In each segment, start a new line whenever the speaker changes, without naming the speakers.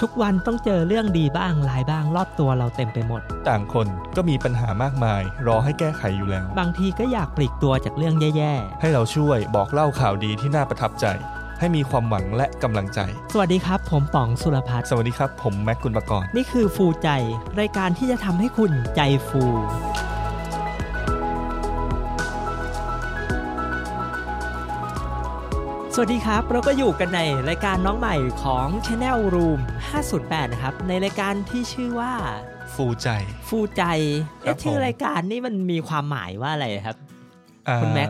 ทุกวันต้องเจอเรื่องดีบ้างลายบ้างรอบตัวเราเต็มไปหมด
ต่างคนก็มีปัญหามากมาย รอให้แก้ไขอยู่แล้ว
บางทีก็อยากปลีกตัวจากเรื่องแย่
ให้เราช่วยบอกเล่าข่าวดีที่น่าประทับใจ ให้มีความหวังและกำลังใจ
ๆ สวัสดีครับ ผมป๋องสุรพัฒน์
สวัสดีครับ ผมแม็กกุลปกรณ์
นี่คือฟูใจ รายการที่จะทำให้คุณใจฟู สวัสดีครับ เราก็อยู่กันในรายการน้องใหม่ของ Channel Room 508 นะครับ ในรายการที่ชื่อว่า
ฟูใจ
ฟูใจ
ครั
เอ๊ะ
บผม
ชื่อรายการนี่มันมีความหมายว่าอะไรครับ
อ่า
คุณแม็ก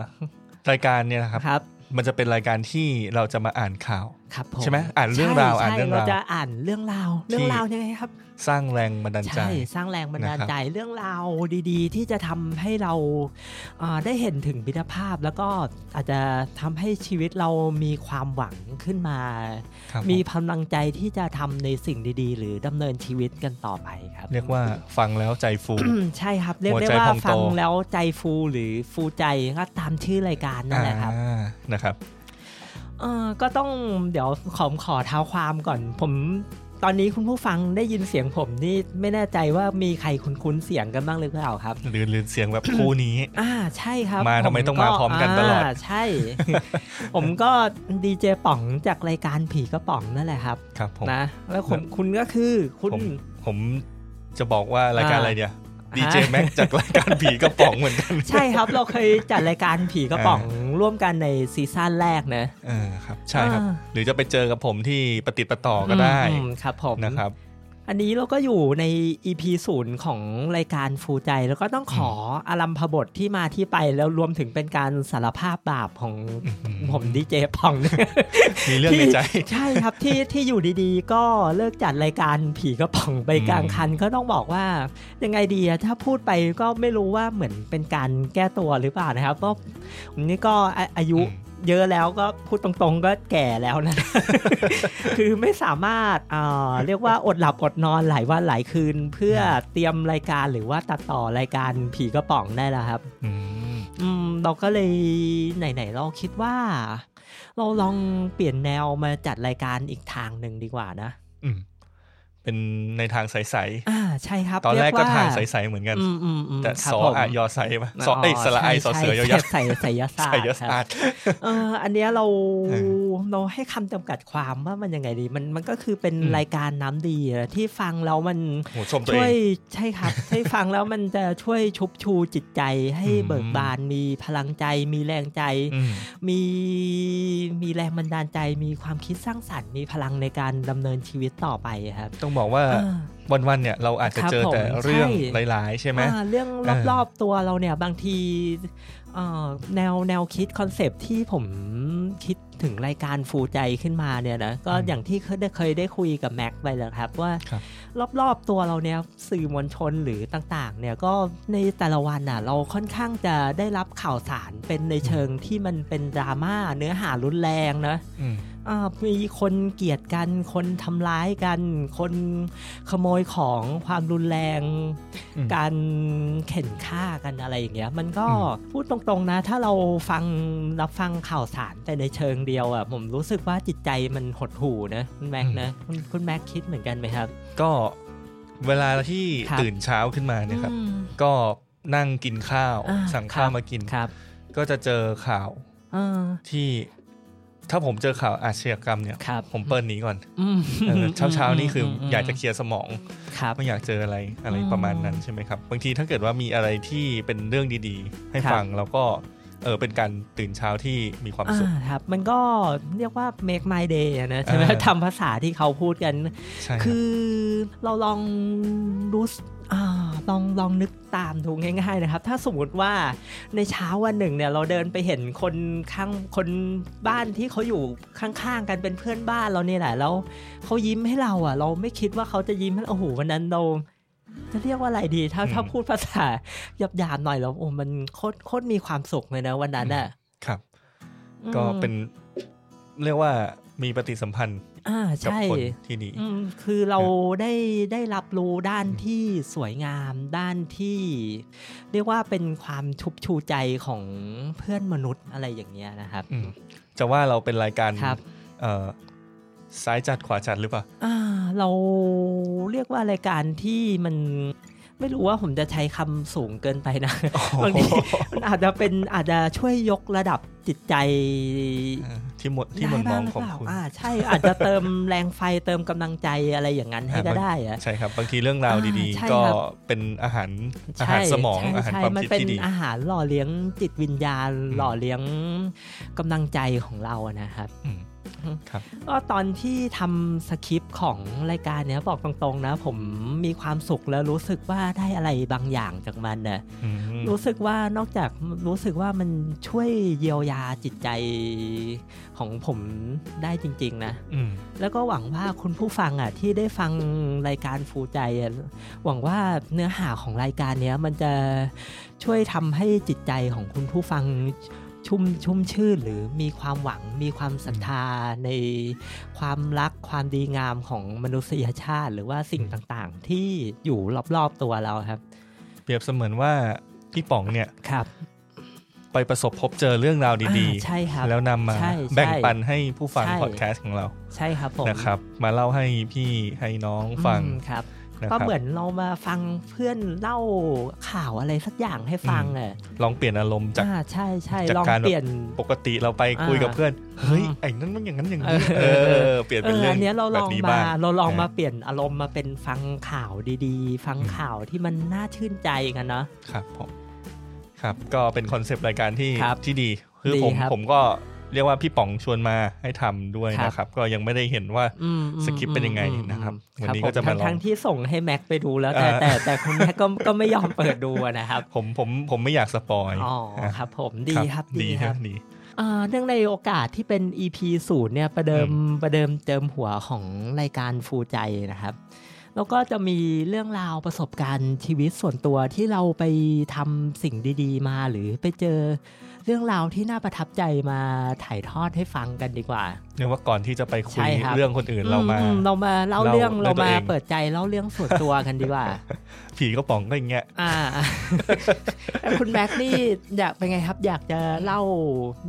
รายการเนี่ยนะครับ
ครับ
มันจะเป็นรายการที่เราจะมาอ่านข่าว
ครับผม
ใช่ไหมอ่านเรื่องราว
ใช่
อ่านเรื่อง
ใช่
ราว
จะอ่านเรื่องราว เรื่องราวยังไงครับ
สร้างแรงบันดาลใจ
ใช่ สร้างแรงบันดาล
นะครับ
ใจเรื่องราวดีๆ ที่จะทำให้เราเอ่อได้เห็นถึงมิตรภาพ แล้วก็อาจจะทำให้ชีวิตเรามีความหวังขึ้นมา
ครับ
มี
ผม
พลังใจที่จะทำในสิ่งดีๆ หรือดำเนินชีวิตกันต่อไปครับ
เรียกว่าฟังแล้วใจฟู
อืมใช่ครับ เรียก
หัว
ได้
ใจ
ว่า
พองโต
ฟังแล้วใจฟูหรือฟูใจก็ตามชื่อรายการนั่นแหละครับ
อ่านะครับ
เออก็ต้องเดี๋ยวขอขอเท้าความก่อน ผมตอนนี้คุณผู้ฟังได้ยินเสียงผมนี่ไม่แน่ใจว่ามีใครคุ้นๆเสียงกันบ้างหรือเปล่าครับ
หรือหรือเสียงแบบ คู่นี้
อ่าใช่ครับ
มาทำไมต้องมาพร้อมกันตลอด
าใช่ ผมก็ดีเจป๋องจากรายการผีกระป๋องนั่นแหละครับ
ครับผม
นะแล้วผมคุณก็คือคุณ
ผม ผมจะบอกว่ารายการ
อ่า
อะไรเนี่ยดีเจ
อ่า
แม็กจากรายการผีกระป๋องเหมือนกัน
ใช่ครับ เราเคยจัดรายการผีกระป๋องร่วมกันในซีซั่นแรกนะ
เออครับ ใช่ครับ
อ่า
หรือจะไปเจอกับผมที่ปฏิดประต่อก็ได้
อืมครับผม
นะครับ
อันนี้เราก็อยู่ใน EP ศูนย์ของรายการฟูใจ แล้วก็ต้องขออารัมพบทที่มาที่ไปแล้วรวมถึงเป็นการสารภาพบาปของผมดีเจพองเนี่ย
มีเรื่องในใจ
ที่ใช่ครับที่ที่อยู่ดีๆ ก็เลิกจัดรายการผีกระป๋องไป
อืม
กลางคัน ก็ต้องบอกว่ายังไงดีอะถ้าพูดไปก็ไม่รู้ว่าเหมือนเป็นการแก้ตัวหรือเปล่านะครับก็ผมนี่ก็อาอายุ เยอะแล้วก็พูดตรงๆก็แก่แล้วนะ คือไม่สามารถเอ่อเรียกว่าอดหลับอดนอนหลายวันหลายคืน เพื่อเตรียมรายการหรือว่าตัดต่อรายการผีกระป๋องได้แล้วครับ
อืม
อืมเราก็เลยไหนๆเราคิดว่า เราลองเปลี่ยนแนวมาจัดรายการอีกทางหนึ่งดีกว่านะ
อืม เป็นในทางใส
อ่าใช่ครับ
ๆ ตอนแรก
เย
ก็
ว่
ทางใสๆเหมือนกัน
อืมอืมอืม
แต่
ครับ
สอ
ผม
อะยอใสปะสอเอ้ยสระไอสอเสือยอยักษ์
ใส่ใส่ยาสาสต
ใส
ร์
ยอ
ครับ
ศาสตร์
เอออันเนี้ยเรา
เอ
เราให้คำจำกัดความว่ามันยังไงดี มันมันก็คือเป็น
อืม
รายการน้ำดีอะที่ฟังแล้วมัน
โหชมตัว
ช่ว
เอย ง
ใช่ครับ ให้ฟังแล้วมันจะช่วยชุบชูจิตใจให้
อืม
เบิกบานมีพลังใจ มีแรงใจ
อืม
มีมีแรงบันดาลใจ มีความคิดสร้างสรรค์มีพลังในการดำเนินชีวิตต่อไปครับ
ต้องบอกว่า
เออ
วันๆเนี่ยเราอาจจะ
ครับ
เจอแต่
ผม
เรื่อง
ใช่
หลายๆ ใช่ไหม
อ่าเรื่อง
เออ
รอบๆตัวเราเนี่ยบางทีเอ่อแนวแนวคิดคอนเซปที่ผมคิดถึงรายการฟูใจขึ้นมาเนี่ยนะก็
อืม
อย่างที่เคยได้เคยได้คุยกับแม็กไปแล้วครับว่า
ครับ
รอบๆตัวเราเนี่ยสื่อมวลชนหรือต่างๆเนี่ยก็ในแต่ละวันน่ะเราค่อนข้างจะได้รับข่าวสารเป็นในเชิงที่มันเป็นดราม่าเนื้อหารุนแรงนะ
อืม
อ่ามีคนเกลียดกัน คนทำร้ายกัน คนขโมยของความรุนแรง
อืม
การเข็นฆ่ากันอะไรอย่างเงี้ย มันก็
อื
พูดตรงๆนะ ถ้าเราฟังรับฟังข่าวสารแต่ในเชิงเดียวอะ่ะ ผมรู้สึกว่าจิตใจมันหดหู่นะคุณแม็ก
อืม
นะคุณคุณแม็กคิดเหมือนกันไหมครับ
ก็เวลาที่
ครับ
ตื่นเช้าขึ้นมาเนี่ยครับ
อืม
ก็นั่งกินข้าว
อ่า
สั่ง
ครับ
ข้าวมากิน
ครับ
ก็จะเจอข่าว
เออ
ที่ ถ้าผมเจอข่าวอาชญากรรมเนี่ย
ครับ
ผมเปิดหนีก่อน
อืม
เช้าเช้าๆนี่คืออ
ม
อยากจะเคลียร์สมอง
ครับ
ไม่อยากเจออะไรอะไร
อืม
ประมาณนั้นใช่ไหมครับ บางทีถ้าเกิดว่ามีอะไรที่เป็นเรื่องดีๆ ให้
ครับ
ฟังแล้วก็เออเป็นการตื่นเช้าที่มีความสุข
อ่าครับ มันก็เรียกว่า make my day อะนะใช่ไหม
เออ
ทำภาษาที่เขาพูดกัน
ใช่
คื
รับ
อเราลองรู้สึกอ่าลองลองนึกตามดูง่ายๆนะครับ ถ้าสมมติว่าในเช้าวันหนึ่งเนี่ยเราเดินไปเห็นคนข้างคนบ้านที่เขาอยู่ข้างๆกันเป็นเพื่อนบ้านเราเนี่ยแหละแล้วเขายิ้มให้เราอ่ะ เราไม่คิดว่าเขาจะยิ้มให้เราโอ้โหวันนั้นเราจะเรียกว่าอะไรดีถ้าถ้าพูดภาษาหยาบๆหน่อยแล้วโอ้มันโคตรโคตรมีความสุขเลยนะวันนั้นอ่ะ
ครับ ก็
อืม
เป็นเรียกว่ามีปฏิสัมพันธ์
อ่า
กับ
ใช่
คนที่นี่
อืมคือเราได้ได้รับรู้ด้านที่สวยงามด้านที่ เรียกว่าเป็นความชุบชูใจของเพื่อนมนุษย์อะไรอย่างเงี้ยนะครับ
อืมจะว่าเราเป็นรายการ
ครับ
เอ่อซ้ายจัดขวาจัดหรือเปล่า
อ่า เราเรียกว่ารายการที่มันไม่รู้ว่าผมจะใช้คำสูงเกินไป นะ บางทีมันอาจจะเป็นอาจจะช่วยยกระดับจิตใจ
ที่หมดที่หมด
ได้
ม
บ้า
อง ง
หรือ
ของ
เปล่า
คุณ
อ่าใช่อาจจะเติมแรงไฟเติมกำลังใจอะไรอย่างนั้นให้ก็
อ่าบาง
ได้อะ
ใช่ครับ บางทีเรื่องราวดี
อ่าใช่
ๆ ก็
ครับ
เป็นอาหารอา
ใช่
หารสมอง
ใช่
อาหาร
ใช่
ความ
มัน
คิด
เป็น
ที่ดี
อาหารหล่อเลี้ยงจิตวิญญาณ
ม
หล่อเลี้ยงกำลังใจของเราอะนะครับ
อืม
ก็ตอนที่ทำสคริปต์ของรายการเนี้ยบอกตรงๆนะ ผมมีความสุขแล้วรู้สึกว่าได้อะไรบางอย่างจากมันนะ
อืม
รู้สึกว่านอกจากรู้สึกว่ามันช่วยเยียวยาจิตใจของผมได้จริงๆนะ
อืม
แล้วก็หวังว่าคุณผู้ฟังอ่ะที่ได้ฟังรายการฟูใจอ่ะหวังว่าเนื้อหาของรายการเนี้ยมันจะช่วยทำให้จิตใจของคุณผู้ฟังชุ่มชุ่มชื่นหรือมีความหวังมีความศรัทธาในความรักความดีงามของมนุษยชาติ หรือว่าสิ่งต่างๆ ที่อยู่รอบๆตัวเราครับ
เปรียบเสมือนว่าพี่ป๋องเนี่ย
ครับ
ไปประสบพบเจอเรื่องราวดี
อ่าใช่ครับ
ๆ แล้วนำมา
ใช่ใช่
แบ่งปันให้ผู้ฟัง
ใช่
พอดแคสต์ของเรา
ใช่ครับผม
นะครับ มาเล่าให้พี่ให้น้องฟัง
อืมครับ
นะค
ก็
รับ
เหมือนเรามาฟังเพื่อนเล่าข่าวอะไรสักอย่างให้ฟังอ่ะ
ลองเปลี่ยนอารมณ์จาก
อ่ใช่ใช่
จาก
ลอง
การแบบ
เปลี่ยน
ปกติเราไปคุยกับ
อ่า
เพื่อน เฮ้ย
อืม
ไอ้นั่นมันอย่างนั้นอย่างนี้เอ
เออ
อเปลี่ยน
เอ
เป็น
อ
เรื่อ
อั
ง
นเนี้ยเรา
แบ
ล
บ
อง
นี้
มา
บ้าง
เราลอง
เออ
มาเปลี่ยนอารมณ์มาเป็นฟังข่าวดีๆ ฟังข่าวที่มันน่าชื่นใจกันเนาะ
ครับผมครับก็เป็นคอนเซปต์รายการที่
ครับ
ที่ดีคือ
ดี
ผม
ครับ
ผมก็เรียกว่าพี่ป๋องชวนมาให้ทำด้วย
ครับ
นะครับ ก็ยังไม่ได้เห็นว่า
อืมอืม
สคริปต์เป็นยังไง
อืม
นะครับ
อื
วันนี้ก็จะ
ผ
มาลอง
ทั้งๆที่ส่งให้แม็กไปดูแล้วแต่
อ่า
แต่แต่คุณแม็กก็ก็ไม่ยอมเปิดดูอะนะครับ
ผมผมผมไม่อยากสปอย
อ๋อ
นะ
ค
ครับ
รับผมดีครับดี
ดี
ครับ
ดี
อ่าเนื่องในโอกาสที่เป็น EP ศูนย์เนี่ยประเดิมประเดิมเจิมหัวของรายการฟูใจนะครับ แล้วก็จะมีเรื่องราวประสบการณ์ชีวิตส่วนตัวที่เราไปทำสิ่งดี ๆ มาหรือไปเจอเรื่องราวที่น่าประทับใจมาถ่ายทอดให้ฟังกันดีกว่า
เรียกว่าก่อนที่จะไปคุย
ใช่ครับ
เรื่องคนอื่นเรามา
อืเรามาเล่า
เล่า
เรื่อง
ด้
เรา
วยตัว
มา
เอง
เปิดใจเล่าเรื่องส่วนตัวกันดีกว่า
ผีกระป๋องก็อย่างเงี้ย
อ่า แล้วคุณแม็กนี่อยากเป็นไงครับ อยากจะเล่า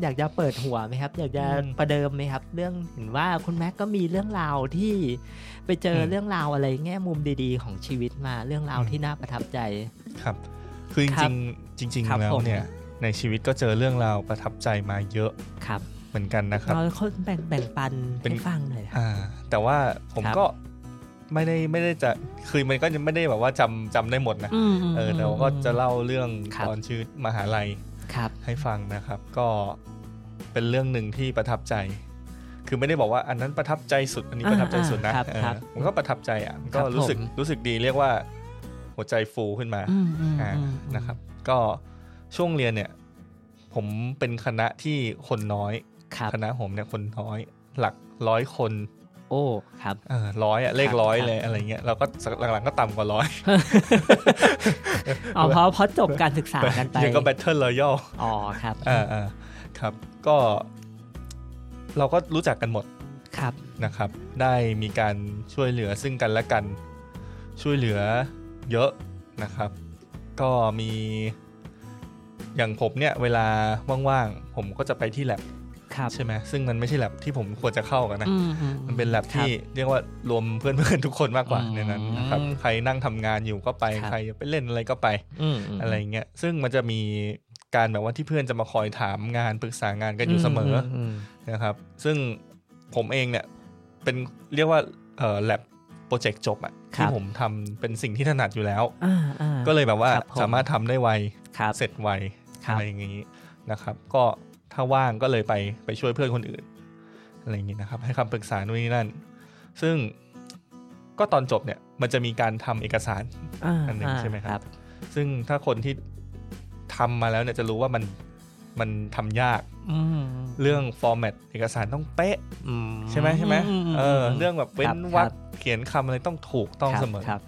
อยากจะเปิดหัวไหมครับ อยากจะประเดิมไหมครับ เรื่องเห็นว่าคุณแม็กก็มีเรื่องราวที่ไปเจอเรื่องราวอะไรแง่มุมดีๆ ของชีวิตมาเรื่องราวที่น่าประทับใจ
ครับ คือ
ครับ
จริงๆจริง
ครับ
ๆ แล้ว
ผม
เนี่ยในชีวิตก็เจอเรื่องราวประทับใจมาเยอะ
ครับ
เหมือนกันนะครับ
เราคนแบ่งแบ่งปัน
เป็น
ให้ฟังหน่อยครับ
อ่า แต่ว่าผม
ครับ
ก็ไม่ได้ไม่ได้จะคือมันก็ยังไม่ได้แบบว่าจำจำได้หมดนะ
มม
เออเราก็จะเล่าเรื่อง
ครับ
ตอนชื่อมหาลัย
ครับ
ให้ฟังนะครับ ก็เป็นเรื่องหนึ่งที่ประทับใจ คือไม่ได้บอกว่าอันนั้นประทับใจสุดอันนี้ประทับใจสุดนะ
อ่าอ่าครับ
เออ
ครับ
มันก็ประทับใจอ่ะมันก็
ครับ
รู้สึก
ผม
รู้สึกดีเรียกว่า หัวใจฟูขึ้นมา
อืมอืม
อ่า
อืม
นะครับ ก็ช่วงเรียนเนี่ย ผมเป็นคณะที่คนน้อย
ครับ
คณะผมเนี่ยคนน้อย หลักร้อยคน
โอ้ครับ
เออร้อยอะเลข
ครับ
ร้อย
ครับ
เลยอะไรเงี้ยเราก็หลังๆก็ต่ำกว่าร้อย
อ๋อเพราะเพราะจบการศึกษากันไป
เดี๋ยวก็แบทเทิลรอยัล
อ๋อครับ
อ่าอ่าครับก็เราก็รู้จักกันหมด
ครับ
นะครับ ได้มีการช่วยเหลือซึ่งกันและกัน ช่วยเหลือเยอะนะครับ ก็มีอย่างผมเนี่ยเวลาว่างๆผมก็จะไปที่แลบ
ครับ
ใช่ไหมซึ่งมันไม่ใช่แลบที่ผมควรจะเข้ากันนะ
อืๆ
มันเป็นแลบ
ครั
ที่เรียกว่ารวมเพื่อนๆทุกคนมากกว่า
อืม
ในนั้นนะครับใครนั่งทำงานอยู่ก็ไป
ครับ
ใครไปเล่นอะไรก็ไป
อืมๆ
อะไรเงี้ย ซึ่งมันจะมีการแบบว่าที่เพื่อนจะมาคอยถามงานปรึกษางานกันอยู่เสมออ
ม
นะครับ ซึ่งผมเองเนี่ยเป็นเรียกว่าเอ่อแลบโปรเจกต์จบอะ
ครั
ที่
บ
ผมทำเป็นสิ่งที่ถนัดอยู่แล้ว
อืมอืมอ่าๆ
ก็เลยแบบว่า
ครับผม
สามารถทำได้ไว
ครับ
เสร็จไว
ครับ
อะไรอย่างนี้นะครับ ก็ถ้าว่างก็เลยไปไปช่วยเพื่อนคนอื่น อะไรอย่างนี้นะครับ ให้คำปรึกษานู่นนี่นั่น ซึ่งก็ตอนจบเนี่ยมันจะมีการทำเอกสาร
อ่า
อันหนึ่ง
า
ใช่ไหมครับ ซึ่งถ้าคนที่ทำมาแล้วเนี่ยจะรู้ว่ามันมันทำยาก
อืม
เรื่องฟอร์แมตเอกสารต้องเป๊ะ
อืม
ใช่ไหมใช่ไหม
อืม
เออเรื่องแบบเว้น
ครับ
วัด
ครั
เขียนคำอะไรต้องถูกต้อง
บ
เสมอ
ครับ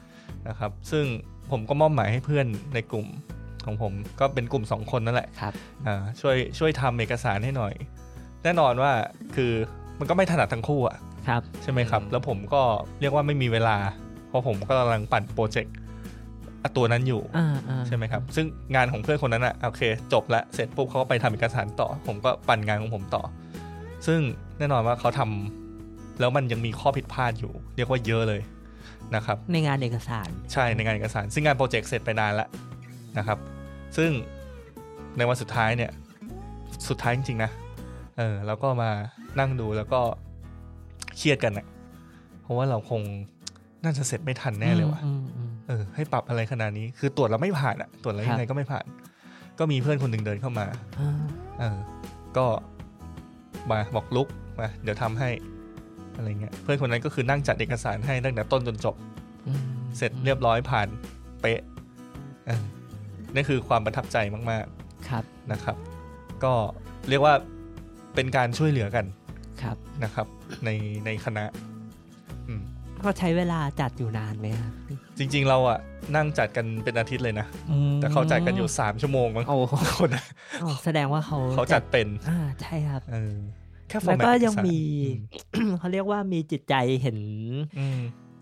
นะครับ ซึ่งผมก็มอบหมายให้เพื่อนในกลุ่มของผมก็เป็นกลุ่มสองคนนั่นแหละ
ครับ
อ่าช่วยช่วยทำเอกสารให้หน่อย แน่นอนว่าคือมันก็ไม่ถนัดทั้งคู่อะ
ครับ
ใช่ไหมครับ
อืม
แล้วผมก็เรียกว่าไม่มีเวลา เพราะผมก็กำลังปั่นโปรเจกต์อ่ะตัวนั้นอยู่
อ่าอ่า
ใช่ไหมครับ ซึ่งงานของเพื่อนคนนั้นอะโอเค จบละเสร็จปุ๊บเขาก็ไปทำเอกสารต่อ ผมก็ปั่นงานของผมต่อ ซึ่งแน่นอนว่าเขาทำ แล้วมันยังมีข้อผิดพลาดอยู่ เรียกว่าเยอะเลยนะครับ
ในงานเอกสาร
ใช่ในงานเอกสาร ซึ่งงานโปรเจกต์เสร็จไปนานแล้วนะครับ ซึ่งในวันสุดท้ายเนี่ย สุดท้ายจริงๆนะเออแล้วก็มานั่งดูแล้วก็เครียดกันนะเพราะว่าเราคงน่าจะเสร็จไม่ทันแน่เลยว่ะ
อืมอืม
เออให้ปรับอะไรขนาดนี้คือตรวจแล้วไม่ผ่านอะตรวจแล้ว
ครั
ยั
บ
งไงก็ไม่ผ่าน ก็มีเพื่อนคนหนึ่งเดินเข้ามา
อืม
เออ ก็มาบอกลุกมาเดี๋ยวทำให้อะไรเงี้ยเพื่อนคนนั้นก็คือนั่งจัดเอกสารให้ตั้งแต่ต้นจนจบ
อืม
เสร็จเรียบร้อยผ่านเป๊ะเออนั่นคือความประทับใจมาก
ครับ
ๆนะครับ ก็เรียกว่าเป็นการช่วยเหลือกัน
ครับ
นะครับ ในในคณะอืม
ก็ใช้เวลาจัดอยู่นานไหมครับ
จริง ๆ เราอะนั่งจัดกันเป็นอาทิตย์เลยนะ
อืม
แต่เขาจัดกันอยู่ 3 ชั่วโมงมั้ง
โอ้โห
คนอะ
อ๋อแสดงว่าเขา
เขาจัดเป็น
อ่าใช่ครับ
เออแค่ฟอ
แล้ว
ร์แมต
ก็ยังมี เขาเรียกว่ามีจิตใจเห็น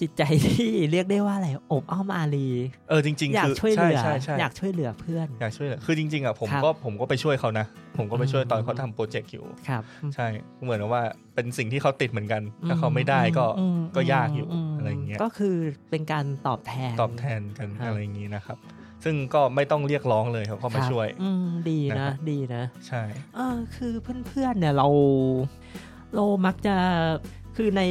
จิตใจที่เรียกได้ว่าอะไรอบอ้อมอารี
เออจริง
อ
ๆ
ยาก
คื
ช่วยเหลือ
ใช่ใช่อย
อากช่วยเหลือเพื่อน
ยากช่วยเหลือคือจริงๆอะผม
ครับ
ก็ผมก็ไปช่วยเขานะ ผมก็ไปช่วยตอน
อืม
เขาทำโปรเจกต์อยู่
ครับ
ใช่เหมือนว่าเป็นสิ่งที่เขาติดเหมือนกัน ถ้าเขาไม่ได้ก็
อืม
ก็ยากอยู่
ม
อะไรอย่างเงี้ย
ก็คือเป็นการตอบแทน
ตอบแทนกัน
ครับ
อะไรอย่างงี้นะครับ ซึ่งก็ไม่ต้องเรียกร้องเลยเขาก็มา
ครับ
ช่วย
อืมดี
นะครั
นะ
บ
ดีนะ
ใช่
เออคือเพื่อนๆเนี่ยเราเรามักจะคือใน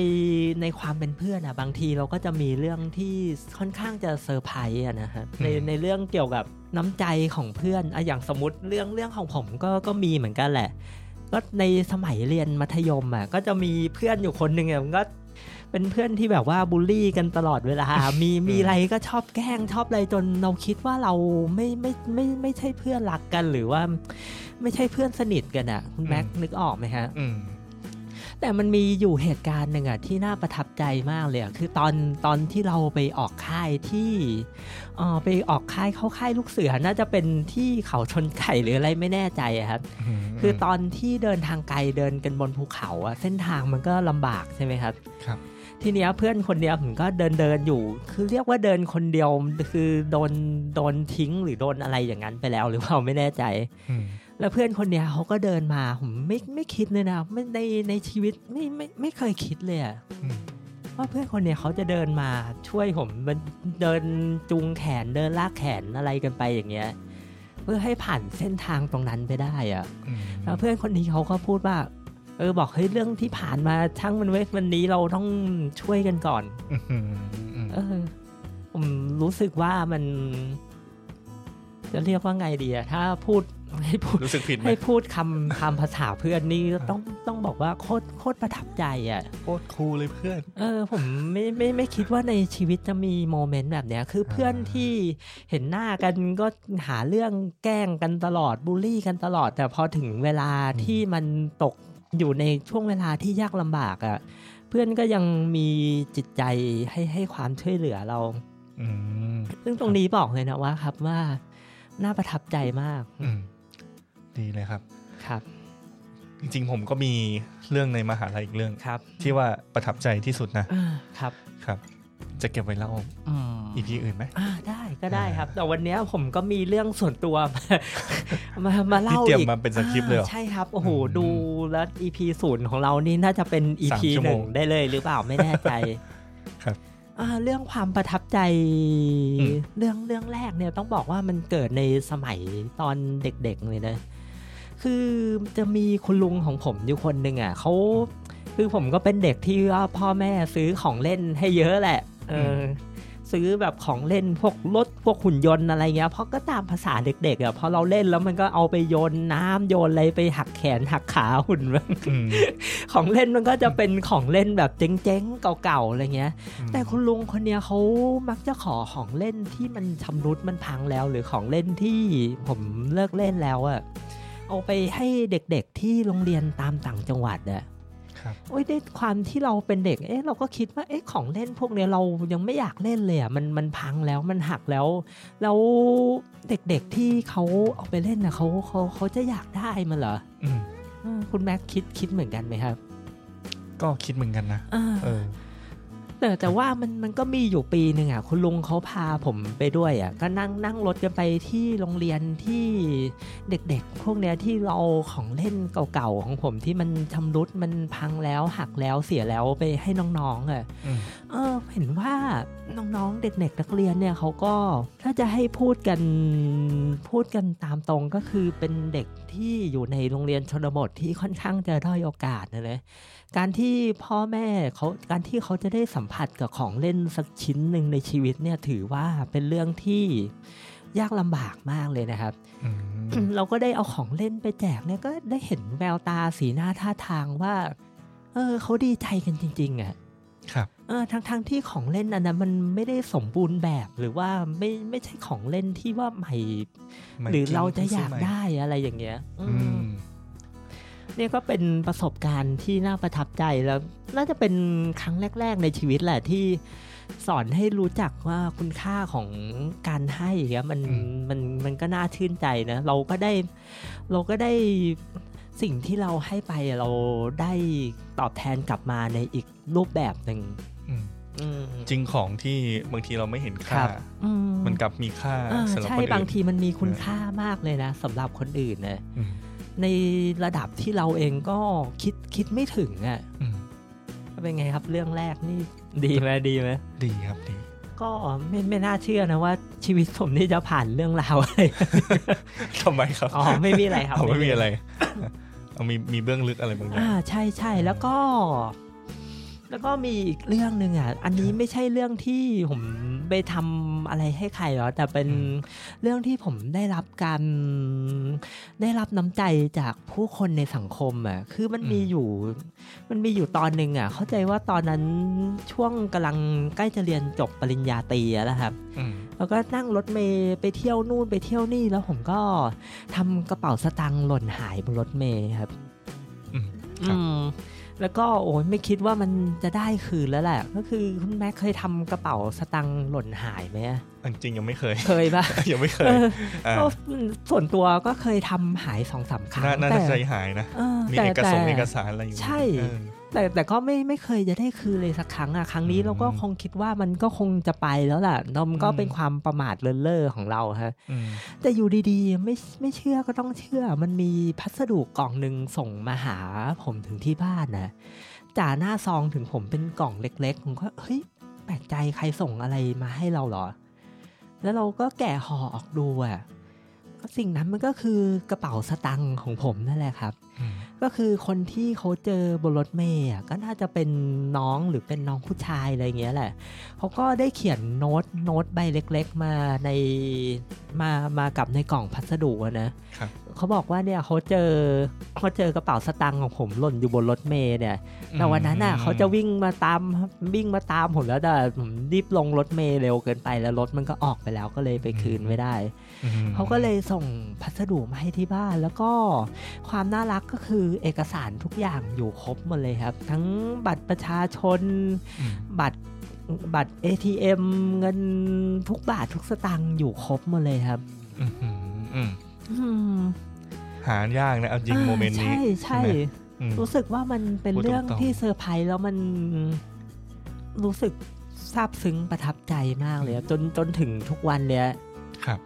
ในความเป็นเพื่อนอ่ะบางทีเราก็จะมีเรื่องที่ค่อนข้างจะเซอร์ไพรส์อะนะฮะในในเรื่องเกี่ยวกับน้ำใจของเพื่อนอะอย่างสมมติเรื่องเรื่องของผมก็ก็มีเหมือนกันแหละ ก็ในสมัยเรียนมัธยมอ่ะก็จะมีเพื่อนอยู่คนหนึ่งอ่ะมันก็เป็นเพื่อนที่แบบว่าบูลลี่กันตลอดเวลา มีมีอะไรก็ชอบแกล้งชอบอะไรจนเราคิดว่าเราไม่ไม่ไม่ไม่ใช่เพื่อนรักกันหรือว่า ไม่ใช่เพื่อนสนิทกันอ่ะ คุณแม็กซ์นึกออกไหมฮะ
อืม
แต่มันมีอยู่เหตุการณ์หนึ่งอ่ะที่น่าประทับใจมากเลยอ่ะคือตอนตอนที่เราไปออกค่ายที่เอ่อไปออกค่ายเข้าค่ายลูกเสือน่าจะเป็นที่เขาชนไก่หรืออะไรไม่แน่ใจอะครับ
ม
คือตอนที่เดินทางไกลเดินกันบนภูเขาอะเส้นทางมันก็ลำบากใช่ไหมครับ
ครับ
ทีเนี้ยเพื่อนคนเดียวผมก็เดินเดินอยู่ คือเรียกว่าเดินคนเดียวคือโดนโดนทิ้งหรือโดนอะไรอย่างนั้นไปแล้ว หรือเปล่าไม่แน่ใจ
อืม
แล้วเพื่อนคนเนี้ยเขาก็เดินมาผมไม่ไม่คิดเลยนะไม่ในในชีวิตไม่ไม่ไม่เคยคิดเลยอะ
อืม
ว่าเพื่อนคนเนี้ยเขาจะเดินมาช่วยผมมันเดินจูงแขนเดินลากแขนอะไรกันไปอย่างเงี้ย เพื่อให้ผ่านเส้นทางตรงนั้นไปได้อะ
อืม
แล้วเพื่อนคนนี้เขาก็พูดว่า เออบอกเฮ้ยเรื่องที่ผ่านมาช่างมันเว้ยวันนี้เราต้องช่วยกันก่อน
อืมอืม
เออ ผมรู้สึกว่ามัน จะเรียกว่าไงดีอะถ้าพูดให้พูด
รู้สึกผิดไหม
ให้พูดคำคำภาษาเพื่อนนี่ต้องต้องบอกว่าโคตรโคตรประทับใจอ่ะ
โคตรครูลเลยเพื่อน
เออผมไม่ไม่ไม่คิดว่าในชีวิตจะมีโมเมนต์แบบเนี้ย คือเพื่อน
อ่า
ที่เห็นหน้ากันก็หาเรื่องแกล้งกันตลอดบูลลี่กันตลอด แต่พอถึงเวลาที่มันตกอยู่ในช่วงเวลาที่ยากลำบากอะ่ะเพื่อนก็ยังมีจิตใจให้ให้ความช่วยเหลือเรา
อืม
ซึ่งตรงนี้บอกเลยนะว่าครับว่าน่าประทับใจมาก
อืมดีเลยครับ
ครับ
จริงๆผมก็มีเรื่องในมหาลัยอีกเรื่อง
ครับ
ที่ว่าประทับใจที่สุดนะ
อ่าครับ
ครับ จะเก็บไว้เล่า
อืม
อีพีอื่นไหม
อ่าได้ก็ได้ครับ
อ่า
แต่วันเนี้ยผมก็มีเรื่องส่วนตัว มา มามาเล่า
นี่เตรียม
อีก
มาเป็นสคริปต์เลยเหรอ
อ่าใช่ครับโอ้โห
อืม
ดูแล้ว EP ศูนย์ของเรานี่น่าจะเป็น
สาม
EP
ชั่ว
ห
โม
นึ่
ง
งได้เลยหรือเปล่าไม่แน่ใจ
ครับ
อ่าเรื่องความประทับใจ
อืม
เรื่องเรื่องแรกเนี่ยต้องบอกว่ามันเกิดในสมัยตอนเด็กๆเลยนะ คือจะมีคุณลุงของผมอยู่คนหนึ่งอ่ะเขาคือผมก็เป็นเด็กที่ว่าพ่อแม่ซื้อของเล่นให้เยอะแหละเอออซื้อแบบของเล่นพวกรถพวกหุ่นยนต์อะไรเงี้ยเพราะก็ตามภาษาเด็กๆอ่ะพอเราเล่นแล้วมันก็เอาไปโยนน้ำโยนอะไรไปหักแขนหักขาหุ่น
อืม
ของเล่นมันก็จะเป็นของเล่นแบบเจ๊งๆเก่าๆอะไรเงี้ย แต่คุณลุงคนเนี้ยเขามักจะขอของเล่นที่มันชำรุดมันพังแล้ว หรือของเล่นที่ผมเลิกเล่นแล้วอะเอาไปให้เด็กๆที่โรงเรียนตามต่างจังหวัดอะ
ครับ
โอ้ยด้วยความที่เราเป็นเด็ก เอ๊ะเราก็คิดว่าเอ๊ะของเล่นพวกเนี้ยเรายังไม่อยากเล่นเลยอะมันมันพังแล้วมันหักแล้ว แล้วเด็กๆที่เขาเอาไปเล่นนะเขาเขาเขาจะอยากได้มันเหรอ
อืม
อืมคุณแม็กคิดคิดเหมือนกันไหมครับ
ก็คิดเหมือนกันนะ
อ่า
เออ
แต่แต่ว่ามันมันก็มีอยู่ปีหนึ่งอ่ะคุณลุงเขาพาผมไปด้วยอ่ะก็นั่งนั่งรถกันไปที่โรงเรียนที่เด็กๆ พวกเนี้ยที่เราเอาของเล่นเก่าๆของผมที่มันชำรุดมันพังแล้วหักแล้วเสียแล้วไปให้น้องๆอ่ะ
อืม
เออเห็นว่าน้องๆเด็กๆนักเรียนเนี่ยเขาก็ถ้าจะให้พูดกันพูดกันตามตรงก็คือเป็นเด็กที่อยู่ในโรงเรียนชนบทที่ค่อนข้างจะด้อยโอกาสนะเลยการที่พ่อแม่เขาการที่เขาจะได้สัมผัสกับของเล่นสักชิ้นหนึ่งในชีวิตเนี่ยถือว่าเป็นเรื่องที่ยากลำบากมากเลยนะครับ
อืม
เราก็ได้เอาของเล่นไปแจกเนี่ยก็ได้เห็นแววตาสีหน้าท่าทางว่า เออเขาดีใจกันจริงๆอ่ะ
ครับ
เออทั้งทั้งที่ของเล่นอันนั้นมันไม่ได้สมบูรณ์แบบหรือว่าไม่ไม่ใช่ของเล่นที่ว่าใหม่ หรือเราจะอยากได้อะไรอย่างเงี้ยอื
อื
ม
ม
เนี่ยก็เป็นประสบการณ์ที่น่าประทับใจแล้ว น่าจะเป็นครั้งแรก ๆ ในชีวิตแหละที่สอนให้รู้จักว่าคุณค่าของการให้อย่างเงี้ยมัน
อืม
มันมันก็น่าชื่นใจนะ เราก็ได้ เราก็ได้สิ่งที่เราให้ไปเราได้ตอบแทนกลับมาในอีกรูปแบบหนึ่ง
อืม
อืม
จริงของที่บางทีเราไม่เห็นค่า
ครับ อื
มันกลับมีค่า
อ่า
สำหรับ
ใช่
คนอื่น
บางทีมันมีคุณค่ามากเลยนะสำหรับคนอื่นนะ
อืม
ในระดับที่เราเองก็คิดคิดไม่ถึงอะ่ะ
อืม
เป็นไงครับเรื่องแรกนี่ดีไหมดีไหม
ดีครับดี
ก็ไม่ไม่น่าเชื่อนะว่าชีวิตผมนี่จะผ่านเรื่องราวอะไร
ทำไมครับ
อ๋อไม่มีอะไรครับ
เอาไม่มีอะไรเอามีมีเบื้องลึกอะไรบางอย่าง
อ่าใช่ใช่แล้วก็ แล้วก็มีอีกเรื่องหนึ่งอ่ะอันนี้ไม่ใช่เรื่องที่ผมไปทำอะไรให้ใครหรอกแต่เป็น
อืม
เรื่องที่ผมได้รับการ ได้รับน้ำใจจากผู้คนในสังคมอ่ะคือมันมีอยู่ มันมีอยู่ตอนหนึ่งอ่ะ เข้าใจว่าตอนนั้นช่วงกำลังใกล้จะเรียนจบปริญญาตรีแล้วครับ
อืม
แล้วก็นั่งรถเมย์ไปเที่ยวนู่นไปเที่ยวนี่แล้วผมก็ทำกระเป๋าสตางค์หล่นหายบนรถเมย์ครับ
อืม ครับ
อืมแล้วก็โอ้ยไม่คิดว่ามันจะได้คืนแล้วแหละ ก็คือคุณแม่เคยทำกระเป๋าสตังค์หล่นหายไหมอะ
อันจริงยังไม่เคย
เคยปะ
ยังไม่เคย
เออ
อ่า
ก็ส่วนตัวก็เคยทำหายสองสามครั้ง
น่าน่า
แต่
จะใจหายนะ
เออ
มี
แต่
เอกสาร
แต่
เอกสารอะไรอยู่
ใช่
เออ
แต่แต่ก็ไม่ไม่เคยจะได้คืนเลยสักครั้งอ่ะครั้งนี้
อืม
เราก็คงคิดว่ามันก็คงจะไปแล้วแหละนมก็
อืม
เป็นความประมาทเลินเล่อของเราฮะ
อืม
แต่อยู่ดีๆ ไม่ไม่เชื่อก็ต้องเชื่อ มันมีพัสดุกล่องหนึ่งส่งมาหาผมถึงที่บ้านนะจ่าหน้าซองถึงผมเป็นกล่องเล็ก ๆ ผมก็เฮ้ยแปลกใจใครส่งอะไรมาให้เราเหรอ แล้วเราก็แกะห่อออกดูอะสิ่งนั้นมันก็คือกระเป๋าสตังค์ของผมนั่นแหละครับ
อืม
ก็คือคนที่เขาเจอบนรถเมย์อะก็น่าจะเป็นน้องหรือเป็นน้องผู้ชายอะไรอย่างเงี้ยแหละเขาก็ได้เขียนโน้ตโน้ตใบเล็กๆมาในมามากับในกล่องพัสดุอะนะครับ เขาบอกว่าเนี่ยเขาเจอเขาเจอกระเป๋าสตางค์ของผมหล่นอยู่บนรถเมย์เนี่ย แต่วันนั้นน่ะ
อืม
เขาจะวิ่งมาตามวิ่งมาตามผมแล้วแต่ผมรีบลงรถเมย์เร็วเกินไปแล้วรถมันก็ออกไปแล้วก็เลยไปคืนไม่ได้
อืม
เขาก็เลยส่งพัสดุมาให้ที่บ้านแล้วก็ความน่ารักก็คือเอกสารทุกอย่างอยู่ครบหมดเลยครับ ทั้งบัตรประชาชน
อืม
บัตรบัตร ATM เงินทุกบาททุกสตางค์อยู่ครบหมดเลยครับ
อืมอืมอืม
อืม
หายากนะเอาจริงโมเมนต์นี้
ใช่ใช่
ไหมอืม
รู้สึกว่ามันเป็น
พูดตรงๆ
เรื่องที่เซอร์ไพรส์แล้วมันรู้สึกซาบซึ้งประทับใจมากเลยครับจนจนถึงทุกวันเลยอะ
ครับ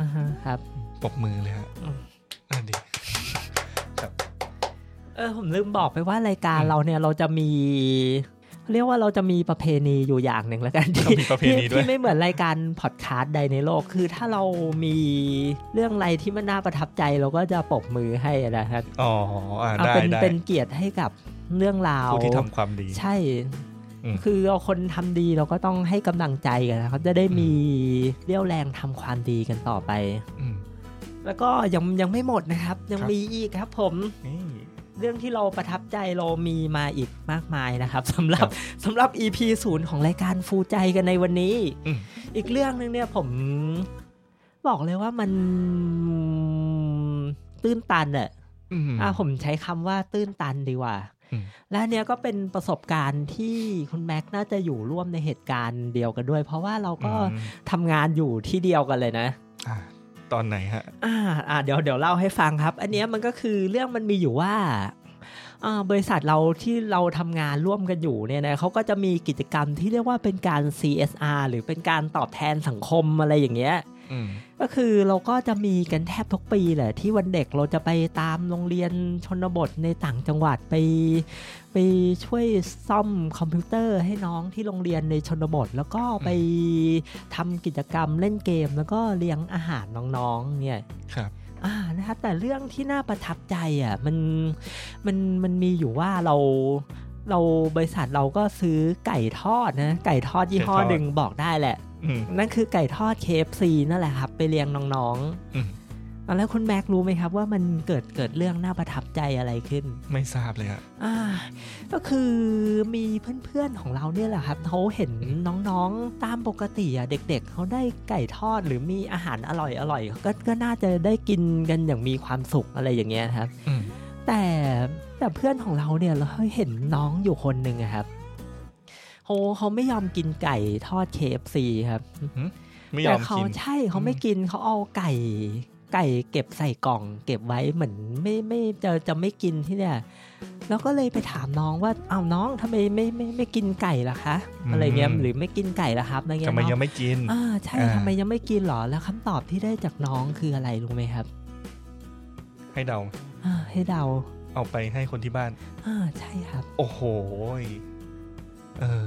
อ่าฮะครับ
ปรบมือเลยฮะ
อืม
น่าดี
เออผมลืมบอกไปว่ารายการ
อืม
เราเนี่ยเราจะมีเรียกว่าเราจะมีประเพณีอยู่อย่างหนึ่งแล้วกันที่
เรามีประเพณีด้วย
ที่ไม่เหมือนรายการพอดคาสต์ใดในโลกคือถ้าเรามีเรื่องอะไรที่มันน่าประทับใจเราก็จะปรบมือให้นะครับ
อ๋ออ่า
เอา
ได้
เป็น
ได้
เป็นเกียรติให้กับเรื่องราว
ผู้ที่ทำความดี
ใช่
อืม
คือเอาคนทำดีเราก็ต้องให้กำลังใจกันนะครับจะได้มีเรี่ยวแรงทำความดีกันต่อไป
อืม
แล้วก็ยังยังไม่หมดนะครับ ยัง
ครับ
มีอีกครับผม
นี่
เรื่องที่เราประทับใจเรามีมาอีกมากมายนะครับ สำหรั
ครับ บ
สำหรับ EP ศูนย์ของรายการฟูใจกันในวันนี้
อืม
อีกเรื่องหนึงเนี่ยผมบอกเลยว่ามันตื้นตันอะ
อืม
อ่ะผมใช้คำว่าตื้นตันดีกว่า
อืม
และอันเนี้ยก็เป็นประสบการณ์ที่คุณแม็กซ์น่าจะอยู่ร่วมในเหตุการณ์เดียวกันด้วย เพราะว่าเราก็
อืม
ทำงานอยู่ที่เดียวกันเลยนะ
อ่าตอนไหนฮะ
อ่าอ่าเดี๋ยวเดี๋ยวเล่าให้ฟังครับ อันเนี้ยมันก็คือเรื่องมันมีอยู่ว่า เอ่อบริษัทเราที่เราทำงานร่วมกันอยู่เนี่ยนะเขาก็จะมีกิจกรรมที่เรียกว่าเป็นการ CSR หรือเป็นการตอบแทนสังคมอะไรอย่างเงี้ย
อืม
ก็คือเราก็จะมีกันแทบทุกปีแหละที่วันเด็กเราจะไปตามโรงเรียนชนบทในต่างจังหวัดไป ไปช่วยซ่อมคอมพิวเตอร์ให้น้องที่โรงเรียนในชนบท แล้วก็ไปทำกิจกรรมเล่นเกม แล้วก็เลี้ยงอาหารน้องๆเนี่ย
ครับ
อ่านะครับแต่เรื่องที่น่าประทับใจอ่ะมันมันมันมีอยู่ว่าเราเราบริษัทเราก็ซื้อไก่ทอดนะไก่ทอดยี่ห้อ
ไก่ทอด
หนึ่งบอกได้แหละ
อืม
นั่นคือไก่ทอด KFC นั่นแหละครับ ไปเลี้ยงน้อง
อืม
ๆแล้วคุณแม็กรู้ไหมครับว่ามันเกิดเกิดเรื่องน่าประทับใจอะไรขึ้น
ไม่ทราบเลยอะ
อ่าก็คือมีเพื่อนๆของเราเนี่ยแหละครับเขาเห็นน้องๆตามปกติอ่ะเด็ก ๆเขาได้ไก่ทอดหรือมีอาหารอร่อยๆก็ก็น่าจะได้กินกันอย่างมีความสุขอะไรอย่างเงี้ยครับ
อืม
แต่แต่เพื่อนของเราเนี่ยเราเห็นน้องอยู่คนหนึ่งอะครับเขาเขาไม่ยอมกินไก่ทอด KFC ครับ
ไม่ย
แต่
อม
เขา
กิน
ใช่เขา
อืม
ไม่กินเขาเอาไก่ ไก่เก็บใส่กล่อง เก็บไว้เหมือนไม่ไม่จะจะไม่กินที่เนี่ยแล้วก็เลยไปถามน้องว่าเอาวน้องทำไมไม่ไม่ไม่กินไก่ล่ะคะอะไรเงี้ยหรือไม่กินไก่ล่ะครับอะไรเงี้
ทำ
ย
ไมยั
น้อง ง
ไม่กิน
อ่าใช่
อ่า
ทำไมยังไม่กินหรอแล้วคำตอบที่ได้จากน้องคืออะไรรู้ไหมครับ
ให้เดา
อ่าให้เดา
เอาไปให้คนที่บ้าน
อ่าใช่ครับ
โอ้โหยเออ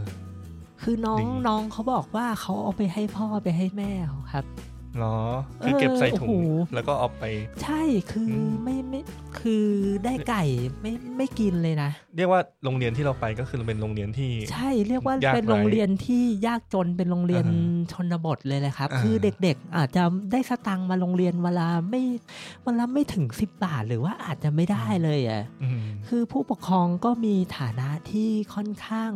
คือน้อง
ดี
น้องเขาบอกว่าเขาเอาไปให้พ่อไปให้แม่เขาครับ
เหรอ คือเก็บใส่ถุง
เออโอ้โห
แล้วก็เอาไป
ใช่คืออ
ม
ไม่ไม่คือได้ไก่ไม่ไม่กินเลยนะ
เรียกว่าโรงเรียนที่เราไปก็คือเป็นโรงเรียนที่
ใช่เรียกว่าย
าก
เป็นโรงเรียนที่ยากจนเป็นโรงเรียน
อ่
ชนบทเลยแหละครับ
อ่า
คือเด็กๆอาจจะได้สตังค์มาโรงเรียนเวลาไม่วันละไม่ถึง 10 บาทหรือว่าอาจจะไม่ได้เลยอ่ะ
อืม
คือผู้ปกครองก็มีฐานะที่ค่อนข้าง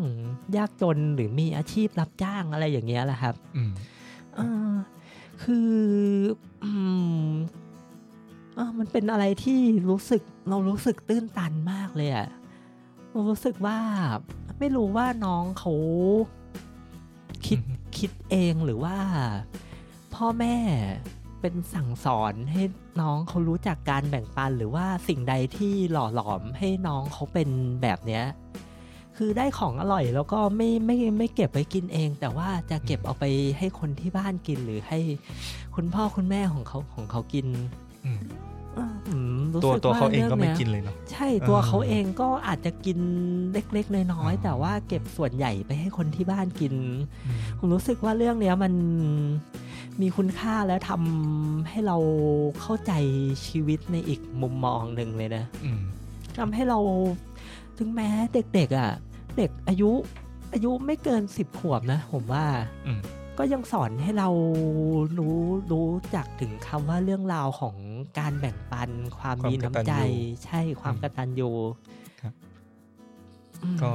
ยากจนหรือมีอาชีพรับจ้างอะไรอย่างเงี้ยแหละครับ
อืม
อ่าคืออืมอ่ามันเป็นอะไรที่รู้สึกเรารู้สึกตื้นตันมากเลยอะเรารู้สึกว่า ไม่รู้ว่าน้องเขาคิด
อือฮึ
คิดเองหรือว่า พ่อแม่เป็นสั่งสอนให้น้องเขารู้จักการแบ่งปัน หรือว่าสิ่งใดที่หล่อหลอมให้น้องเขาเป็นแบบเนี้ย คือได้ของอร่อยแล้วก็ไม่ไม่ไม่เก็บไว้กินเอง แต่ว่าจะเก็บเอาไปให้คนที่บ้านกินหรือให้คุณพ่อคุณแม่ของเขาของเขากิน
อืม
อืมรู้
ตัว
สึ
ตัวเขาเองก็ไม่
รื่ย
กินเลยเนาะ
ใช่ตัว
เออ
เขาเองก็อาจจะกินเล็กๆน้อย
อ่า
ๆแต่ว่าเก็บส่วนใหญ่ไปให้คนที่บ้านกิน
อืม
ผมรู้สึกว่าเรื่องเนี้ยมันมีคุณค่าและทำให้เราเข้าใจชีวิตในอีกมุมมองหนึ่งเลยนะ
อืม
ทำให้เราถึงแม้เด็กๆอ่ะ เด็กอายุอายุไม่เกินสิบขวบนะ ผมว่า
อืม
ก็ยังสอนให้เรารู้รู้จักถึงคำว่าเรื่องราวของการแบ่งปัน ความ
ความ
มีน้ำใจ
กตัญญู
ใช่ความ
อืม
กตัญญู
ครับ
อืม
ก็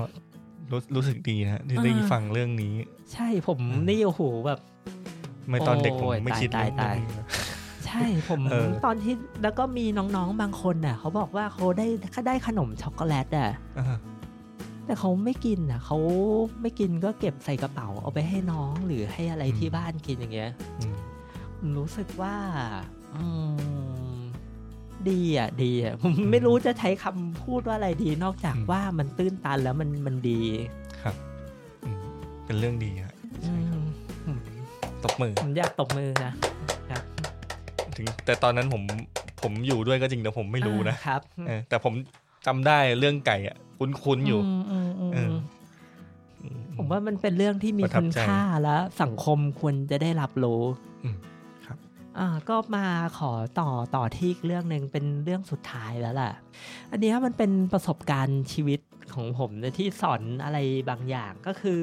รู้รู้สึกดีนะฮะที่ได้
อ่า
ฟังเรื่องนี้
ใช่ผม
อืม
นี่โอ้โหแบบ
ไม่ตอนเด็กผม
โอ้ย
ไม่
ตาย
คิดเลย
ตาย
เรื่องนี้นะ
ใช่ผม
เออ
ตอนที่แล้วก็มีน้องๆบางคนน่ะเขาบอกว่าเขาได้เขาได้ขนมช็อกโกแลตอ่ะ
อ่า
แต่เขาไม่กินอ่ะเขาไม่กินก็เก็บใส่กระเป๋าเอาไปให้น้องหรือให้อะไรที่บ้านกินอย่างเงี้ย
อืม
รู้สึกว่าอืมดีอ่ะ ดีอ่ะผม ไม่รู้จะใช้คำพูดว่าอะไรดี นอกจาก
อืม
ว่ามันตื้นตันแล้วมันมันดี
ครับอืมเป็นเรื่องดีฮะใช่ครับ
อืมผม
ตบมือ
ผมอยากตบมือนะ
ถึงแต่ตอนนั้นผมผมอยู่ด้วยก็จริงแต่ผมไม่รู้นะ
อ่าครับ
เออแต่ผมจำได้เรื่องไก่อะคุ้นๆอยู่
มมอืม
เออ
ผมว่ามันเป็นเรื่องที่มี
ประทับ
คุณ
ใจ
ค่าและสังคมควรจะได้รับรู้
อืมครับ
อ่าก็มาขอต่อต่อที่อีกเรื่องหนึ่งเป็นเรื่องสุดท้ายแล้วล่ะ อันเนี้ยมันเป็นประสบการณ์ชีวิตของผมนะที่สอนอะไรบางอย่างก็คือ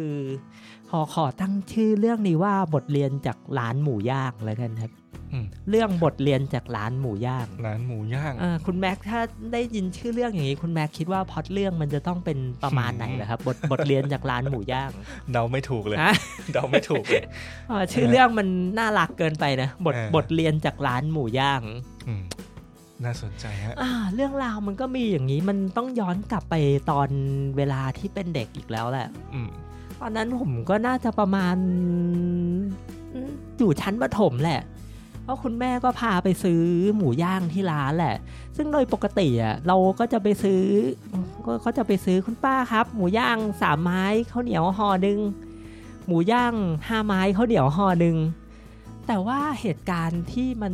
ขอขอตั้งชื่อเรื่องนี้ว่าบทเรียนจากร้านหมูย่างแล้วกันครับ
อืม
เรื่องบทเรียนจากร้านหมูย่าง
ร้านหมูย่าง
อ่าคุณแม็กซ์ถ้าได้ยินชื่อเรื่องอย่างนี้คุณแม็กซ์คิดว่าพล็อดเรื่องมันจะต้องเป็นประมาณไหนนะครับบทบทเรียนจากร้านหมูย่าง
เดาไม่ถูกเลย
อ่ะ
เดาไม่ถูกเลย
อ่าชื่อเรื่องมันน่ารักเกินไปนะบท
เออ
บทเรียนจากร้านหมูย่าง
อืมน่าสนใจฮะ
อ่าเรื่องราวมันก็มีอย่างนี้มันต้องย้อนกลับไปตอนเวลาที่เป็นเด็กอีกแล้วแหละ
อืม
ตอนนั้นผมก็น่าจะประมาณอืมอยู่ชั้นประถมแหละ เพราะคุณแม่ก็พาไปซื้อหมูย่างที่ร้านแหละ ซึ่งโดยปกติอ่ะเราก็จะไปซื้อก็ก็จะไปซื้อคุณป้าครับ หมูย่างสามไม้ข้าวเหนียวห่อหนึ่งหมูย่างห้าไม้ข้าวเหนียวห่อหนึ่งแต่ว่าเหตุการณ์ที่มัน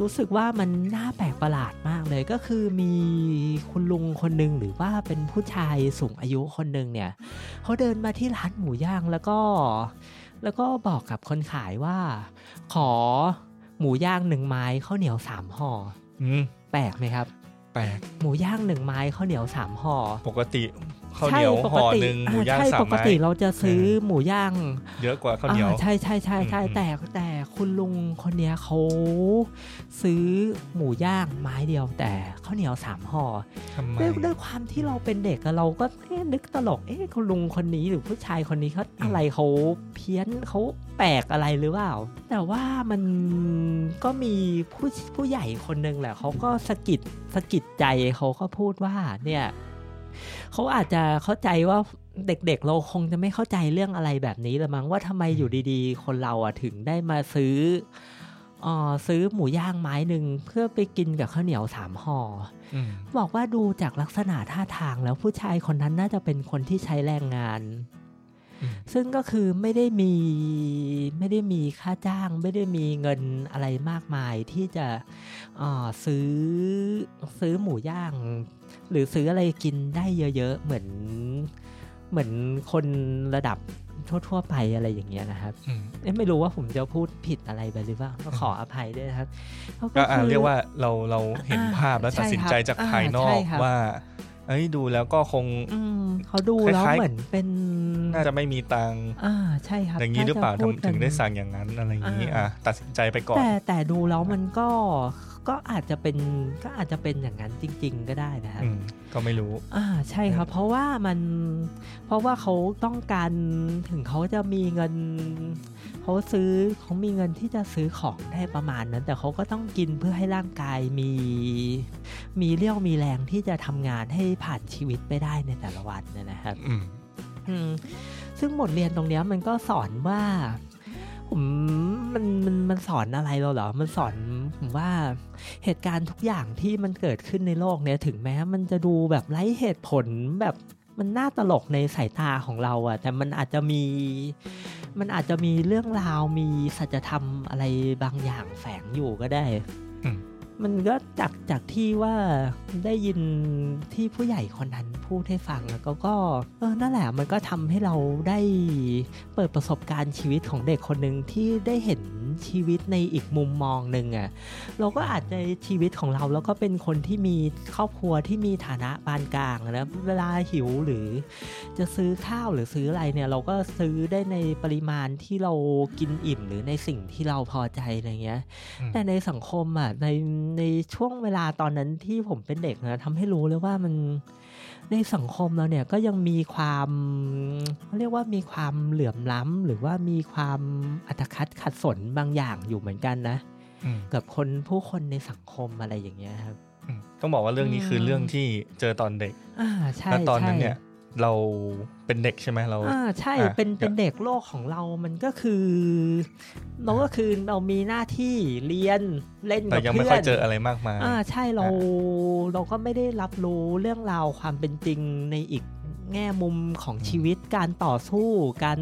รู้สึกว่ามันน่าแปลกประหลาดมากเลยก็คือมีคุณลุงคนหนึ่งหรือว่าเป็นผู้ชายสูงอายุคนหนึ่งเนี่ยเขาเดินมาที่ร้านหมูย่างแล้วก็ แล้วก็บอกกับคนขายว่า ขอหมูย่างหนึ่งไม้ข้าวเหนียวสามห่อ
อืม
แปลกไหมครับ
แปลก
หมูย่างหนึ่งไม้ข้าวเหนียวสามห่อ
ปกติข้าวเหนียว
ใช่ป
ห่
ก
อ
ติ
หนึ่งหมูย่าง
ใช่
สาม
ปก
ไม้
ติเราจะซื้อหมูย่าง
เยอะกว่าข้าวเหนียว
อ่าใช่ใช่ใช่ใช่
อืม
แต่แต่คุณลุงคนเนี้ยเขาซื้อหมูย่างไม้เดียวแต่ข้าวเหนียวสามห่อ
ทำไม
ด้วยด้วยความที่เราเป็นเด็กอะเราก็เอ๊ะนึกตลกเอ๊ะคุณลุงคนนี้หรือผู้ชายคนนี้เขาอะไรเขาเพี้ยนเขาแปลกอะไรหรือเปล่า แต่ว่ามันก็มีผู้ผู้ใหญ่คนหนึ่งแหละเขาก็สะกิดสะกิดใจเขาก็พูดว่าเนี่ย เขาอาจจะเข้าใจว่าเด็กๆ เราคงจะไม่เข้าใจเรื่องอะไรแบบนี้ละมั้งว่าทำไมอยู่ดีๆ คนเราอ่ะถึงได้มาซื้อเอ่อซื้อหมูย่างไม้หนึ่งเพื่อไปกินกับข้าวเหนียวสามห่อ
อืม
บอกว่าดูจากลักษณะท่าทางแล้วผู้ชายคนนั้นน่าจะเป็นคนที่ใช้แรงงาน
อืม
ซึ่งก็คือไม่ได้มีไม่ได้มีค่าจ้าง ไม่ได้มีเงินอะไรมากมายที่จะเอ่อซื้อซื้อหมูย่าง หรือซื้ออะไรกินได้เยอะ ๆ เหมือนเหมือนคนระดับทั่ว ๆ ไปอะไรอย่างเงี้ยนะครับ
อืม
เอ๊ะไม่รู้ว่าผมจะพูดผิดอะไรไปหรือเปล่าก็ขออภัยด้วยนะครับเข
ก็อ่า
คือ
เรียกว่าเราเราเห็น
อ่า
ภาพแล้วตัดสินใจจาก
ใช่ครับ
ภายนอ
อ่าใช่
ก
ครับ
ว่า เอ้ยดูแล้วก็คง
อืมเขาดูแล้ว
คล้ายๆ
เหมือนเป็น
น่าจะไม่มีตังค์
อ่าใช่ครับ
อย่างนี้หรือเปล่า
ถ้จะพู
ถึง
กัน
ได้สั่งอย่างนั้นอะไรอย่างนี้อ่ะตัดสินใจไปก่อน
แต่แต่ดูแล้วมันก็ก็อาจจะเป็นก็อาจจะเป็นอย่างนั้นจริง ๆ ก็ได้นะครับ
อืมก็ไม่รู้
อ่าใช่ครับ เพราะว่ามันเพราะว่าเขาต้องการถึงเขาจะมีเงินเขาซื้อเขามีเงินที่จะซื้อของได้ประมาณนั้น แต่เขาก็ต้องกินเพื่อให้ร่างกายมี มีเรี่ยวมีแรงที่จะทำงานให้ผ่านชีวิตไปได้ในแต่ละวันนะนะครับ
อืม
อืมซึ่งบทเรียนตรงเนี้ยมันก็สอนว่าผมมันมันมันสอนอะไรเราเหรอ มันสอนผมว่าเหตุการณ์ทุกอย่างที่มันเกิดขึ้นในโลกเนี้ยถึงแม้มันจะดูแบบไร้เหตุผลแบบมันน่าตลกในสายตาของเราอะแต่มันอาจจะมี มันอาจจะมีเรื่องราวมีสัจธรรมอะไรบางอย่างแฝงอยู่ก็ได้
อืม
มันก็จากจากที่ว่าได้ยินที่ผู้ใหญ่คนนั้นพูดให้ฟังแล้วก็ก็เออนั่นแหละมันก็ทำให้เราได้เปิดประสบการณ์ชีวิตของเด็กคนหนึ่งที่ได้เห็นชีวิตในอีกมุมมองหนึ่งอะ่ะเราก็อาจจะชีวิตของเราแล้วก็เป็นคนที่มีครอบครัวที่มีฐานะปานกลางอะนะเวลาหิวหรือ จะซื้อข้าวหรือซื้ออะไรเนี่ยเราก็ซื้อได้ในปริมาณที่เรากินอิ่มหรือในสิ่งที่เราพอใจอะไรเงี้ย
อืม
แต่ในสังคมอ่ะในในช่วงเวลาตอนนั้นที่ผมเป็นเด็กนะทำให้รู้เลยว่ามันในสังคมเราเนี่ยก็ยังมีความเขาเรียกว่ามีความเหลื่อมล้ำหรือว่ามีความอัตคัดขัดสนบางอย่างอยู่เหมือนกันนะ
อืม
กับคนผู้คนในสังคมอะไรอย่างเงี้ยครับ
อืมต้องบอกว่าเรื่องนี้คือเรื่องที่เจอตอนเด็ก
อ่าใช่
และตอนนั้น
ใช่
เนี่ย เราเป็นเด็กใช่ไหมเรา
อ่าใช่
อ่ะ
เป็น
เดี๋ยว
เป็นเด็กโลกของเรามันก็คือเราก็คือเรามีหน้าที่เรียนเล่น
เรา
กับ
ยัง
เพื่
ไม่
อ
ค่อย
น
เจออะไรมากมาย
อ่าใช่เราเราก็ไม่ได้รับรู้เรื่องราวความเป็นจริงในอีกแง่มุมของ
อืม
ชีวิตการต่อสู้การ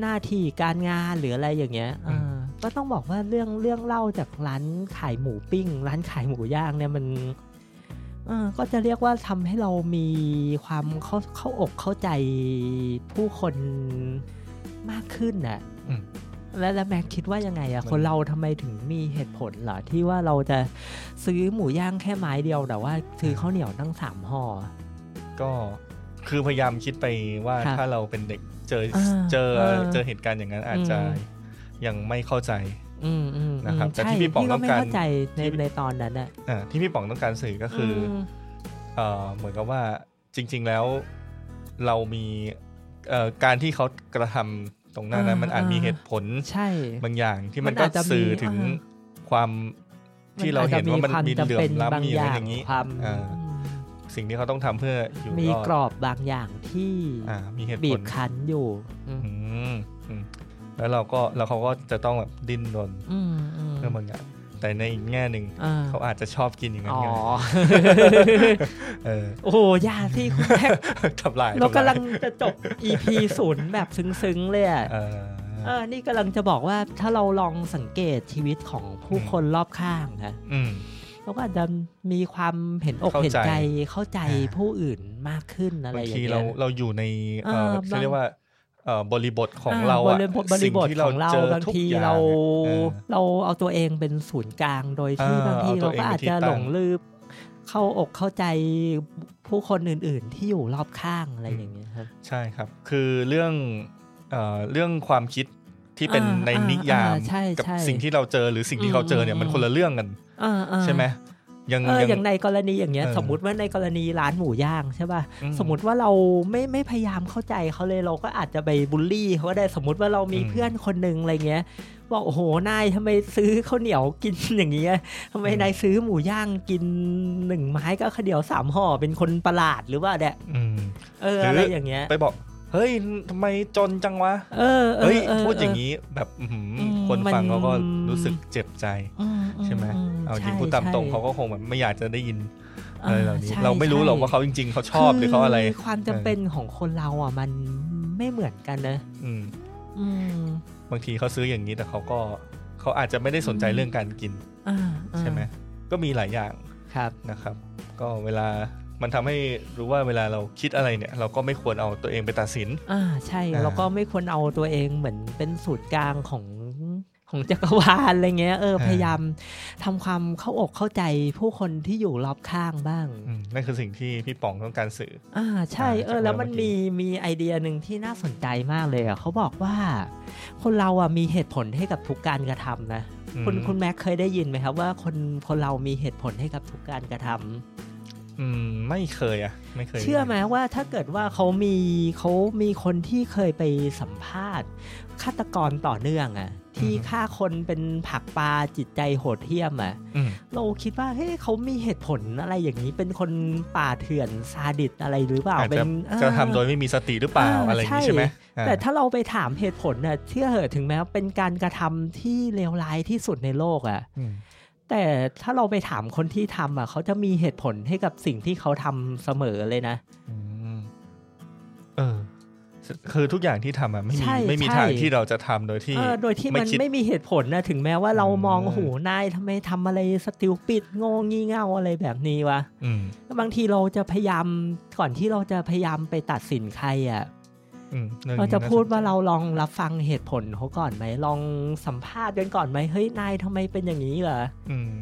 หน้าที่การงานหรืออะไรอย่างเงี้ย
อืม
อ่าก็ต้องบอกว่าเรื่องเรื่องเล่าจากร้านขายหมูปิ้ง ร้านขายหมูย่างเนี่ยมัน เอ่อก็จะเรียกว่าทำให้เรามีความเข้าเข้าอกเข้าใจผู้คนมากขึ้นน่ะ
อืม
และและแม็กคิดว่ายังไงอะ
มัน
คนเราทำไมถึงมีเหตุผลเหรอที่ว่าเราจะซื้อหมูย่างแค่ไม้เดียวแต่ว่าซื้อข้าวเหนียวตั้งสามห่อ
ก็คือพยายามคิดไปว่า
ครับ
ถ้าเราเป็นเด็กเจอ
อ่า
เจอ
เออ
เจอเหตุการณ์อย่างนั้นอาจจะ
อืม
ยังไม่เข้าใจ
อืมอืมอืม
นะครับแต่ที่
ใช่
พี่ป๋อง
พี่ก็ไม่
ต้องการ
เข้าใจใน
ที่
ในตอนนั้นอะ
อ่าที่พี่ป๋องต้องการสื่อก็คืออ
ม
เอ่อเหมือนกับว่าจริง ๆแล้วเรามีเอ่อการที่เขากระทำตรงหน้านั้
อ่า
น
มั
มันอาจ
อ่ามี
มีเหตุผล
ใช่
บางอย่างที่มัน
มัน
ก็
อาจจะ
สื่อ
มี
ถึง
อ่า
ความที่เราเห็นว่ามัน
ค
มี
จำ
เหลื่อ
ป็
มล้ำมีอะไร
บ
อย่างนี้
ความ
อ่าสิ่งที่เขาต้องทำเพื่ออยู่
มี
รอด
กรอบบางอย่างที่
อ่ามีเหตุ
บี
ผ
บ
ล
คั้นอยู่อืม
อืมอืม แล้วเราก็แล้วเขาก็จะต้องแบบดิ้นรน
อืมอืม
เพื่อบางอย่างแต่ในอีกแง่หนึ่ง
อ่า
เขาอาจจะชอบกินอย่างนั้น
อ๋อ
ไงเออ
โอ้โหยาที่คุณแม่
ทำลาย
เรา
ทำ
กำ
ลา
ลั
ย
งจะจบ EP ศูนย์แบบซึ้งๆเลยอะ
เอ
เอ
อ
อนี่กำลังจะบอกว่าถ้าเราลองสังเกตชีวิตของผู้คนรอบข้างนะ
อืม
เราก็อาจจะมีความเห็นอก
เข้าใจ
เห็นใจเข้าใจ
อ่า
ผู้อื่นมากขึ้นอะไร
บาง
อย่าง
ที
เงี้
เรา
ย
เราอยู่ในเอ่อ
เออ
เขา
บาง
เรียกว่าเอ่อบริบทของ
อ่
เราอะ
บริบทบริบท
สิ่
ของเรา
จอบ
าง
ทุก
ที
อย่
เรา
เออ
เราเอาตัวเองเป็นศูนย์กลางโดย
เออบ
ที่างที
เอา
เรา
ตัวเอง
ก็อาจ
เป็นที่
จะ
ตั้ง
หลงลืมเข้าอกเข้าใจผู้คนอื่น ๆ ที่อยู่รอบข้างอะไรอย่างเงี้ยครับ
ใช่ครับ คือเรื่องเอ่อเรื่องความคิดที่เป็น
อ่า
ในนิยาม
อ่าใช่
กับ
ใช่
สิ่งที่เราเจอหรือสิ่งที่
อืม
เขาเจอเนี่ย
อืม
มันคนละเรื่องกัน
อ่าๆ
ใช่ไหมยัง
เอออย่างในกรณีอย่างเงี้ย
เออ
สมมติว่าในกรณีร้านหมูย่างใช่ป่ะ
อืม
สมมติว่าเราไม่ไม่พยายามเข้าใจเขาเลยเราก็อาจจะไปบูลลี่เขาก็ได้สมมติว่าเรามี
อืม
เพื่อนคนหนึ่งอะไรเงี้ยบอกโอ้โหนายทำไมซื้อข้าวเหนียวกิน อย่างเงี้ยทำไมนายซื้อหมูย่างกินหนึ่งไม้ก็ข้าวเหนียวสามห่อเป็นคนประหลาดหรือว่าเนี่ย
อืม
เออ
หรืออ
อะไรอย่างเงี้ย
ไปบอกเฮ้ยทำไมจนจังวะ
เออ
เฮ้ย
เ
พูดอย่าง
นี้
นี้แบบอื้อหืออ
ม
คนฟังเขาก็
มัน
รู้สึกเจ็บใจ ใช่ไหมเอาจริงพูดตามตรงเขาก็คงแบบไม่อยากจะได้ยินอะไรเหล่านี้ เราไม่รู้หรอกว่าเขาจริง ๆ เขาชอบหรือเขาอะไร
ความจำเป็นของคนเราอ่ะมันไม่เหมือนกันนะ
อืม
อืม
บางทีเขาซื้ออย่างนี้แต่เขาก็เขาอาจจะไม่ได้สนใจเรื่องการกิน
อ่าอ่า
ใช่ไหมก็มีหลายอย่าง
ครับ
นะครับ ก็เวลามันทำให้รู้ว่าเวลาเราคิดอะไรเนี่ย เราก็ไม่ควรเอาตัวเองไปตัดสิน
อ่าใช่
อ่า
แล้วก็ไม่ควรเอาตัวเองเหมือนเป็นศูนย์กลางของของจักรวาลอะไรเงี้ยเออพยายามทำความเข้าอกเข้าใจผู้คนที่อยู่รอบข้างบ้าง
อืมนั่นคือสิ่งที่พี่ป๋องต้องการสื่อ
อ่าใช่
อ่า
เออ
จาก
แล้วมัน
เมื่อกี้
มีมีไอเดียหนึ่งที่น่าสนใจมากเลยอ่ะเขาบอกว่า คนเราอ่ะมีเหตุผลให้กับทุกการกระทำนะ
อืม
คุณคุณแม็กเคยได้ยินไหมครับว่าคนคนเรามีเหตุผลให้กับทุกการกระทำ
อืมไม่เคยอะไม่เคย
เชื่อไหมว่าถ้าเกิดว่าเขามีเขามีคนที่เคยไปสัมภาษณ์ฆาตกรต่อเนื่องอ่ะที่ฆ่าคนเป็นผักปลาจิตใจโหดเหี้ยมอ่ะ
อืม
เราคิดว่าเฮ้ยเขามีเหตุผลอะไรอย่างนี้เป็นคนป่าเถื่อนซาดิสอะไรหรือเปล่า
อาจ
เป็
จะ
นเออ
จะทำโดยไม่มีสติหรือเปล่า
อ่า
อะไรอย่างนี้
ใช่
ใช่ไหมอ่า
แต่ถ้าเราไปถามเหตุผลน่ะเชื่อเหอะถึงแม้ว่าเป็นการกระทำที่เลวร้ายที่สุดในโลกอะ่ะ
อืม
แต่ถ้าเราไปถามคนที่ทำอ่ะเขาจะมีเหตุผลให้กับสิ่งที่เขาทำเสมอเลยนะ
อืมเออ คือทุกอย่างที่ทำอะไม่มี
ใช่
ไม่มี
ใช่
ทางที่เราจะทำโดยที่
เออโดยที่มัน
ไม่คิด
ไม่มีเหตุผลนะถึงแม้ว่าเรามอง
อืม
โอ้โหนายทำไมทำอะไรสติลปิดงงงี่เง่าอะไรแบบนี้วะ
อืม
บางทีเราจะพยายามก่อนที่เราจะพยายามไปตัดสินใครอ่ะ
อืมองนี้
เราจะพูดว่า
น่สนใ
เราลองรับฟังเหตุผลเขาก่อนไหมลองสัมภาษณ์กันก่อนไหมเฮ้ยนายทำไมเป็นอย่างนี้เหรอ
อืม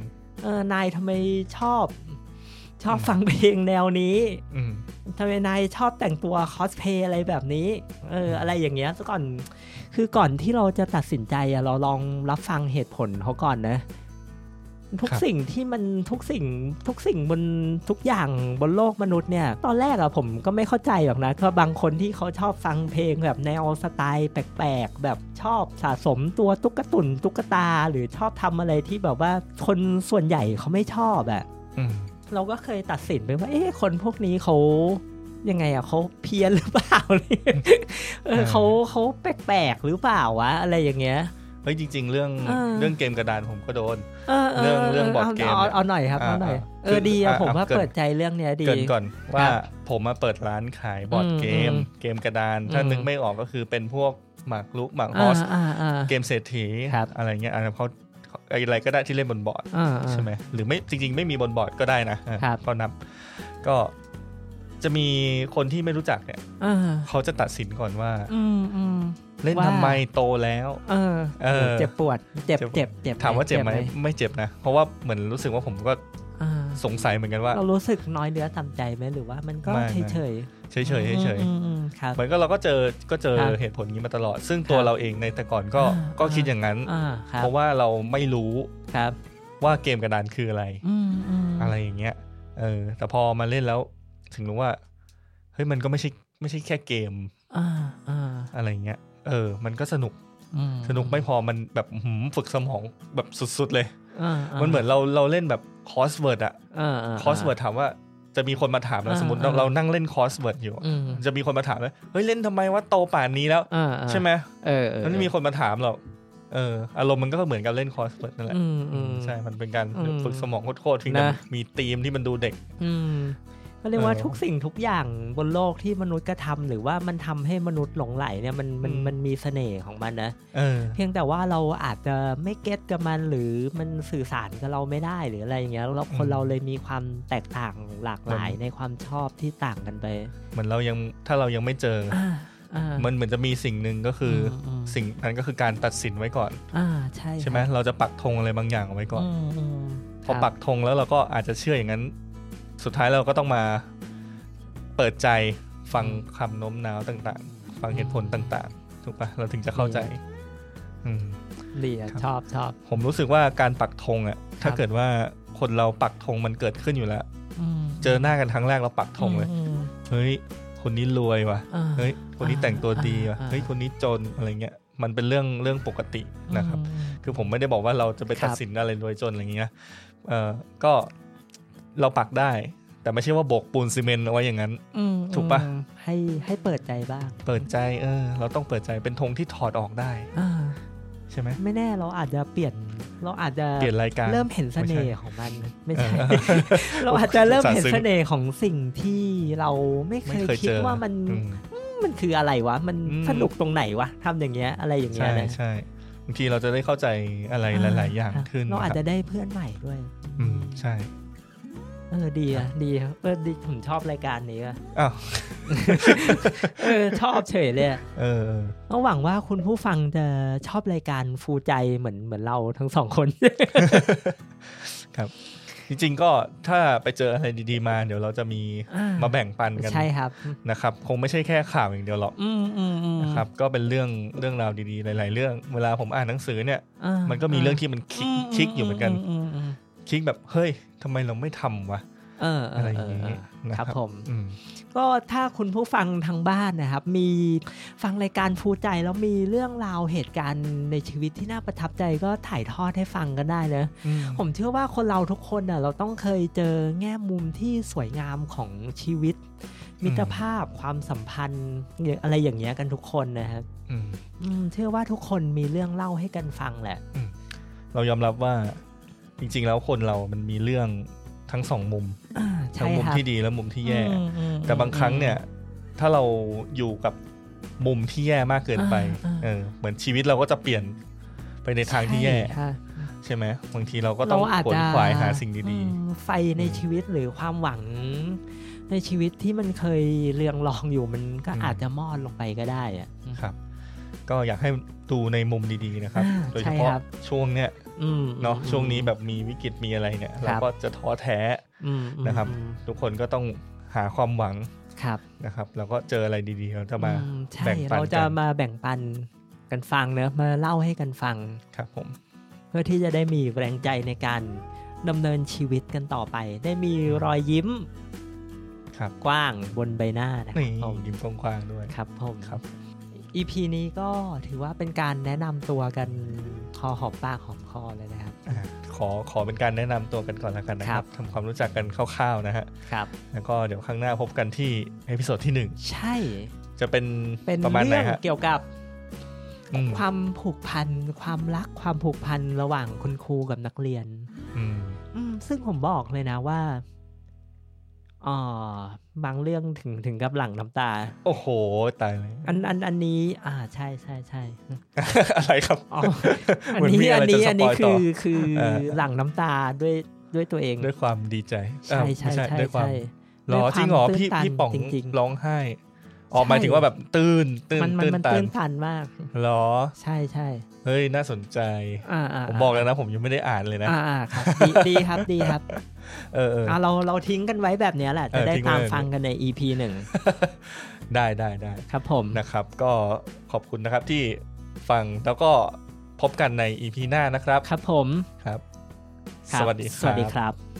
เออนายทำไมชอบ ชอบ
อืม
ฟังเพลงแนวนี้
อืม
ทำไมนายชอบแต่งตัวคอสเพย์อะไรแบบนี้ เออ อะไรอย่างเงี้ยซะก่อนคือก่อนที่เราจะตัดสินใจอะเราลองรับฟังเหตุผลเขาก่อนนะ ทุก
ครับ
สิ่งที่มันทุกสิ่งทุกสิ่งบนทุกอย่างบนโลกมนุษย์เนี่ย ตอนแรกอะผมก็ไม่เข้าใจหรอกนะก็บางคนที่เขาชอบฟังเพลงแบบแนวสไตล์แปลกๆ แบบชอบสะสมตัวตุ๊กตุนตุ๊กตา หรือชอบทำอะไรที่แบบว่าคนส่วนใหญ่เขาไม่ชอบอะ
อืม
เราก็เคยตัดสินไปว่า เอ๊ะคนพวกนี้เขายังไงอะเขาเพี้ยนหรือเปล่า เออเขาเขาแปลกๆหรือเปล่าวะอะไรอย่างเงี้ย
เฮ้ยจริง ๆ เรื่อง
เออ
เรื่องเกมกระดานผมก็โดน
เออ
เรื่องเรื่องบอร์ดเกม
เอา
เนี่ย
เอาหน่อยครับ
อ่า
เอาหน่อย
อ่า
เออดีอะ
คือ
ผมว่า
อ่ะเกิด
เปิดใจเรื่องเนี้ยดี
เกรินก่อนว่า
ครับ
ผมมาเปิดร้านขายบอร์ดเกม
อืม
เกมกระดาน ถ้า
อืม
นึกไม่ออกก็คือเป็นพวกหมากรุกหมากฮ
อ่า
อส
อ่าอ่า
เกมเศรษฐี
ครับ
อะไรเงี้ยอะไรเขาอะไรก็ได้ที่เล่นบนบอร์ด
อ่าอ่า
ใช่ไหมหรือไม่จริง ๆ ไม่มีบนบอร์ดก็ได้นะเออ
ครับ
ก็นับ ก็จะมีคนที่ไม่รู้จักเนี่ย
อ่า
เขาจะตัดสินก่อนว่า
อืมอืม
เล่น
ว่า
ทำไมโตแล้ว
เออ
เออ
เจ็บปวดเจ็บเจ็บเจ็บ
ถามว่าเจ็บไหมไม่เจ็บนะ เพราะว่าเหมือนรู้สึกว่าผมก็
อ่า
สงสัยเหมือนกันว่า
เรารู้สึกน้อยเนื้อต่ำใจไหมหรือว่ามันก็
ไม่
เฉ
ไม่
ยเฉย
เฉยๆเฉย
ๆ
เฉย
อืมอืมครับ
เหมือนก็เราก็เจอก็เจอ
ครับ
เหตุผลนี้มาตลอด ซึ่งตัวเราเองในแต่ก่อนก็
อ่า
ก็คิดอย่างนั้น
อ่าครับ
เพราะว่าเราไม่รู้
ครับ
ว่าเกมกระดานคืออะไร
อืมอืม
อะไรอย่างเงี้ย เออ แต่พอมาเล่นแล้ว ถึงรู้ว่าเฮ้ยมันก็ไม่ใช่ไม่ใช่แค่เกม
อ่าอ่า
อะไรเงี้ย เออ มันก็สนุก
อืม
สนุกไม่พอมันแบบหืมฝึกสมองแบบสุดๆเลย
อ่าา
มันเหมือนเราเราเล่นแบบคอสเวิร์ดอะ
อ่าา
คอสเวิร์ดถามว่า เจ จะมีคนมาถามเรา
อ่า
สมมติเรา
อ่า
เรานั่งเล่นคอร์สเวิร์ดอยู่
อืม
จะมีคนมาถามเลยเฮ้ยเล่นทำไมวะโตป่านนี้แล้ว
อ่าอ่า
ใช่ไหม
เออเออ
แล้วไม่มีคนมาถามหรอกเอออารมณ์มันก็เหมือนกับเล่นคอร์สเวิร์ดนั่นแหละ
อืมอืม
ใช่มันเป็นการ
อืม
ฝึกสมองโคตรๆถึงจะ
นะ
มีธีมที่มันดูเด็ก
อืมก็เรียกว่า
เออ
ทุกสิ่งทุกอย่างบนโลกที่มนุษย์กระทำหรือว่ามันทำให้มนุษย์หลงไหลเนี่ยมันมัน
อืม
มันมีเสน่ห์ของมันนะ
เออ
เพียงแต่ว่าเราอาจจะไม่เก็ตกับมันหรือมันสื่อสารกับเราไม่ได้หรืออะไรอย่างเงี้ยเราคน
อืม
เราเลยมีความแตกต่างหลากหลาย
มัน
ในความชอบที่ต่างกันไป
เหมือนเรายังถ้าเรายังไม่เจอ
อ่าอ่า
มันเหมือนจะมีสิ่งหนึ่งก็คืออ
มอืม
สิ่งนั้นก็คือการตัดสินไว้ก่อน
อ่าใช่
ใช่ไหมเราจะปักธงอะไรบางอย่างเอาไว้ก่อน
มอืม
พอ
ครับ
ปักธงแล้วเราก็อาจจะเชื่ออย่างนั้น สุดท้ายเราก็ต้องมาเปิดใจฟังคำโน้มน้าวต่างๆ ฟังเหตุผลต่างๆ ถูกปะเราถึงจะเข้าใจอืม
ดีอะ
ครับ
ชอบชอบ
ผมรู้สึกว่าการปักธงอะถ้า
ครับ
เกิดว่าคนเราปักธงมันเกิดขึ้นอยู่แล้ว
ม
เจอหน้ากันครั้งแรกเราปักธงเลย
อืม
เฮ้ย คนนี้รวยว่ะ
อ่า
เฮ้ย คนนี้แต่งตัวดีว่ะ
อ่า
เฮ้ย คนนี้จนอะไรเงี้ย มันเป็นเรื่องเรื่องปกตินะครับ
อืม
คือผมไม่ได้บอกว่าเราจะไป
ครับ
ตัดสินอะไรรวยจนอะไรอย่างนี้นะ เออก็เราปักได้ แต่ไม่ใช่ว่าโบกปูนซีเมนต์เอาไว้อย่างนั้น
อืม
ถูกปะ
อืมให้ให้เปิดใจบ้าง
เปิดใจ เออ เราต้องเปิดใจเป็นธงที่ถอดออกได้
อ่า
ใช่ไหม
ไม่แน่เราอาจจะเปลี่ยนเราอาจจะ
เปลี่ยนรายการ
เริ่มเห็นเสน่ห์ของมันไม่ใช่ เราอาจจะเริ่มเห็นเสน่ห์ของสิ่งที่เราไม่เค
ไม่
ย
เคย
คิด
เจอ
ว่ามัน
อื
มันคืออะไรวะ มัน
อืม
สนุกตรงไหนวะทำอย่างเงี้ยอะไรอย่างเงี้
ใช่
ยนะ
ใช่บางทีเราจะได้เข้าใจอะไรหลาย ๆ อย่างขึ้น
เราอาจ
ค
จะ
บ
ได้เพื่อนใหม่ด้วย
อืมใช่
เออดีอะดีอะเออดีผมชอบรายการนี้อะ
อ้าว
เออชอบเฉยเลยอะ
เออเออ
ก็หวังว่าคุณผู้ฟังจะชอบรายการฟูใจเหมือนเหมือนเราทั้งสองคน
จริง ๆ ก็ถ้าไปเจออะไรดี ๆ มา เดี๋ยวเราจะมี
อ่าม
มาแบ่งปันกัน
ใช่ครับ
นะครับ คงไม่ใช่แค่ข่าวอย่างเดียวหรอก
อืมอืมอืม
นะครับ ก็เป็นเรื่องเรื่องราวดี ๆ หลาย ๆ เรื่อง เวลาผมอ่านหนังสือเนี่ย
อ่า
มันก็มีเรื่องที่มันคลิกคลิกอยู่เหมือนกัน
มอืม
คลิกแบบเฮ้ยทำไมเราไม่ทำวะ
เออเอ
อะไร
อ
อ
เอย่าง อเอ
นี้
อ
นะ
ค
ครั
รั
บบ
ผม
อืม
ก็ถ้าคุณผู้ฟังทางบ้านนะครับ มีฟังรายการฟูใจแล้วมีเรื่องราวเหตุการณ์ในชีวิตที่น่าประทับใจก็ถ่ายทอดให้ฟังกันได้นะ ผมเชื่อว่าคนเราทุกคนน่ะเราต้องเคยเจอแง่มุมที่สวยงามของชีวิต
ม
มิตรภาพความสัมพันธ์อะไรอย่างเงี้ยกันทุกคนนะครับ
อืม
อืมเชื่อว่าทุกคนมีเรื่องเล่าให้กันฟังแหละ
เรายอมรับว่าจริง ๆ แล้วคนเรามันมีเรื่องทั้งสองมุม
อ่า
ทั้
ใช่
งมุม
ครับ
ที่ดีและมุมที่แย่
อืมอืม
แต่บางครั้งเนี่ย ถ้าเราอยู่กับมุมที่แย่มากเกินไป
อ่าอ่า
เออ เหมือนชีวิตเราก็จะเปลี่ยนไปในทางที่แย่
ใช่ค่ะ
ใช่ไหมบางทีเราก็ต้อง
เราอาจ
ขวน
จะ
ขวายหาสิ่งดี
อืมไฟในชีวิตหรือความหวัง ในชีวิตที่มันเคยเรืองรองอยู่มันก็
อืม
อาจจะมอดลงไปก็ได้อะ
ๆ ครับ ก็อยากให้ดูในมุมดีๆนะครับ
อ่า
โดย
ใช่
เฉพาะ
ครับ
ช่วงเนี้ย
อืม
เนาะช่วงนี้แบบมีวิกฤตมีอะไรเนี่ย
ค
เรา
รับ
ก็จะท้อแท้
อืมอืม
นะครับ
อืม
ทุกคนก็ต้องหาความหวัง
ครับ
นะครับ แล้วก็เจออะไรดีๆเราจะมา
อืมใช่
แบ่งปันกัน
เราจะมาแบ่งปันกันฟังเนอะมาเล่าให้กันฟัง
ครับผม
เพื่อที่จะได้มีแรงใจในการดำเนินชีวิตกันต่อไป ได้มีรอยยิ้ม
ครับ
กว้างบนใบหน้านะค
นี่
รับผม
ยิ้มกว้างๆด้วย
ครับผม
ครับ
EP นี้ก็ถือว่าเป็นการแนะนำตัวกันคอหอบปากหอมคอเลยนะครับ
อ่ะขอขอเป็นการแนะนำตัวกันก่อนแล้วกันนะค
ครั
รับ บทำความรู้จักกันคร่าวๆนะฮะ
ครับ
แล้วก็เดี๋ยวข้างหน้าพบกันที่เอพิโซดที่
ใช่
1 จะเป็น
เป็น
ประมาณไหน
เรื่อง
ฮะ
เกี่ยวกับ
อืม
ความผูกพัน ความรักความผูกพันระหว่างคุณครูกับนักเรียน
อืม
อืมซึ่งผมบอกเลยนะว่าอ๋อบางเรื่องถึงถึงกับหลั่งน้ำตา
โอ้โห ตายเลย
อันอันอันนี้ อ่าใช่ใช่ใช่
อะไรครับ
อ๋อ อัน
เหมือนมี
นี้
อะ
อั
ไร
น
จะ
นี้
ส
อัน
ป
นี้
อย
คื
ต่อ
อคือ
เออ
หลั่งน้ำตาด้วยด้วยตัวเอง
ด้วยความดีใจ
ใช่ใช่
เอ้าไม่
ใช่
ด้วยความ
ใช่
หรอ
ด้วยความ
จริงเหรอ
ตื้น
พี่
ตัน
พี่ป๋อง
จริงๆ
ร้องไห้ออก
ใช่
หมายถึงว่าแบบตื้นตื้น
มันมัน
ตื้น
มัน
ตั
ตื้
น
นตันมาก
หรอ
ใช่ใช่
เฮ้ยน่าสนใจ
อ่าอ่า
ผมบอกแล้วนะ ผมยังไม่ได้อ่านเลยนะ
อ่าอ่าครับดีดีครับดีครับ
เออเออ
อ่าเราเราทิ้งกันไว้แบบเนี้ยแหละ
เอ
จะ
อ
ได้
ทิ้งไว้
ตามฟังกันใน EP หนึ่ง
ได้ได้ได้
ครับ ผม
นะครับ ก็ขอบคุณนะครับที่ฟังแล้วก็พบกันใน EP หน้านะครับ
ครับผม
ครับ
ครับ
สวัสดีค
สวัส
รั
ดี
บ
ครับ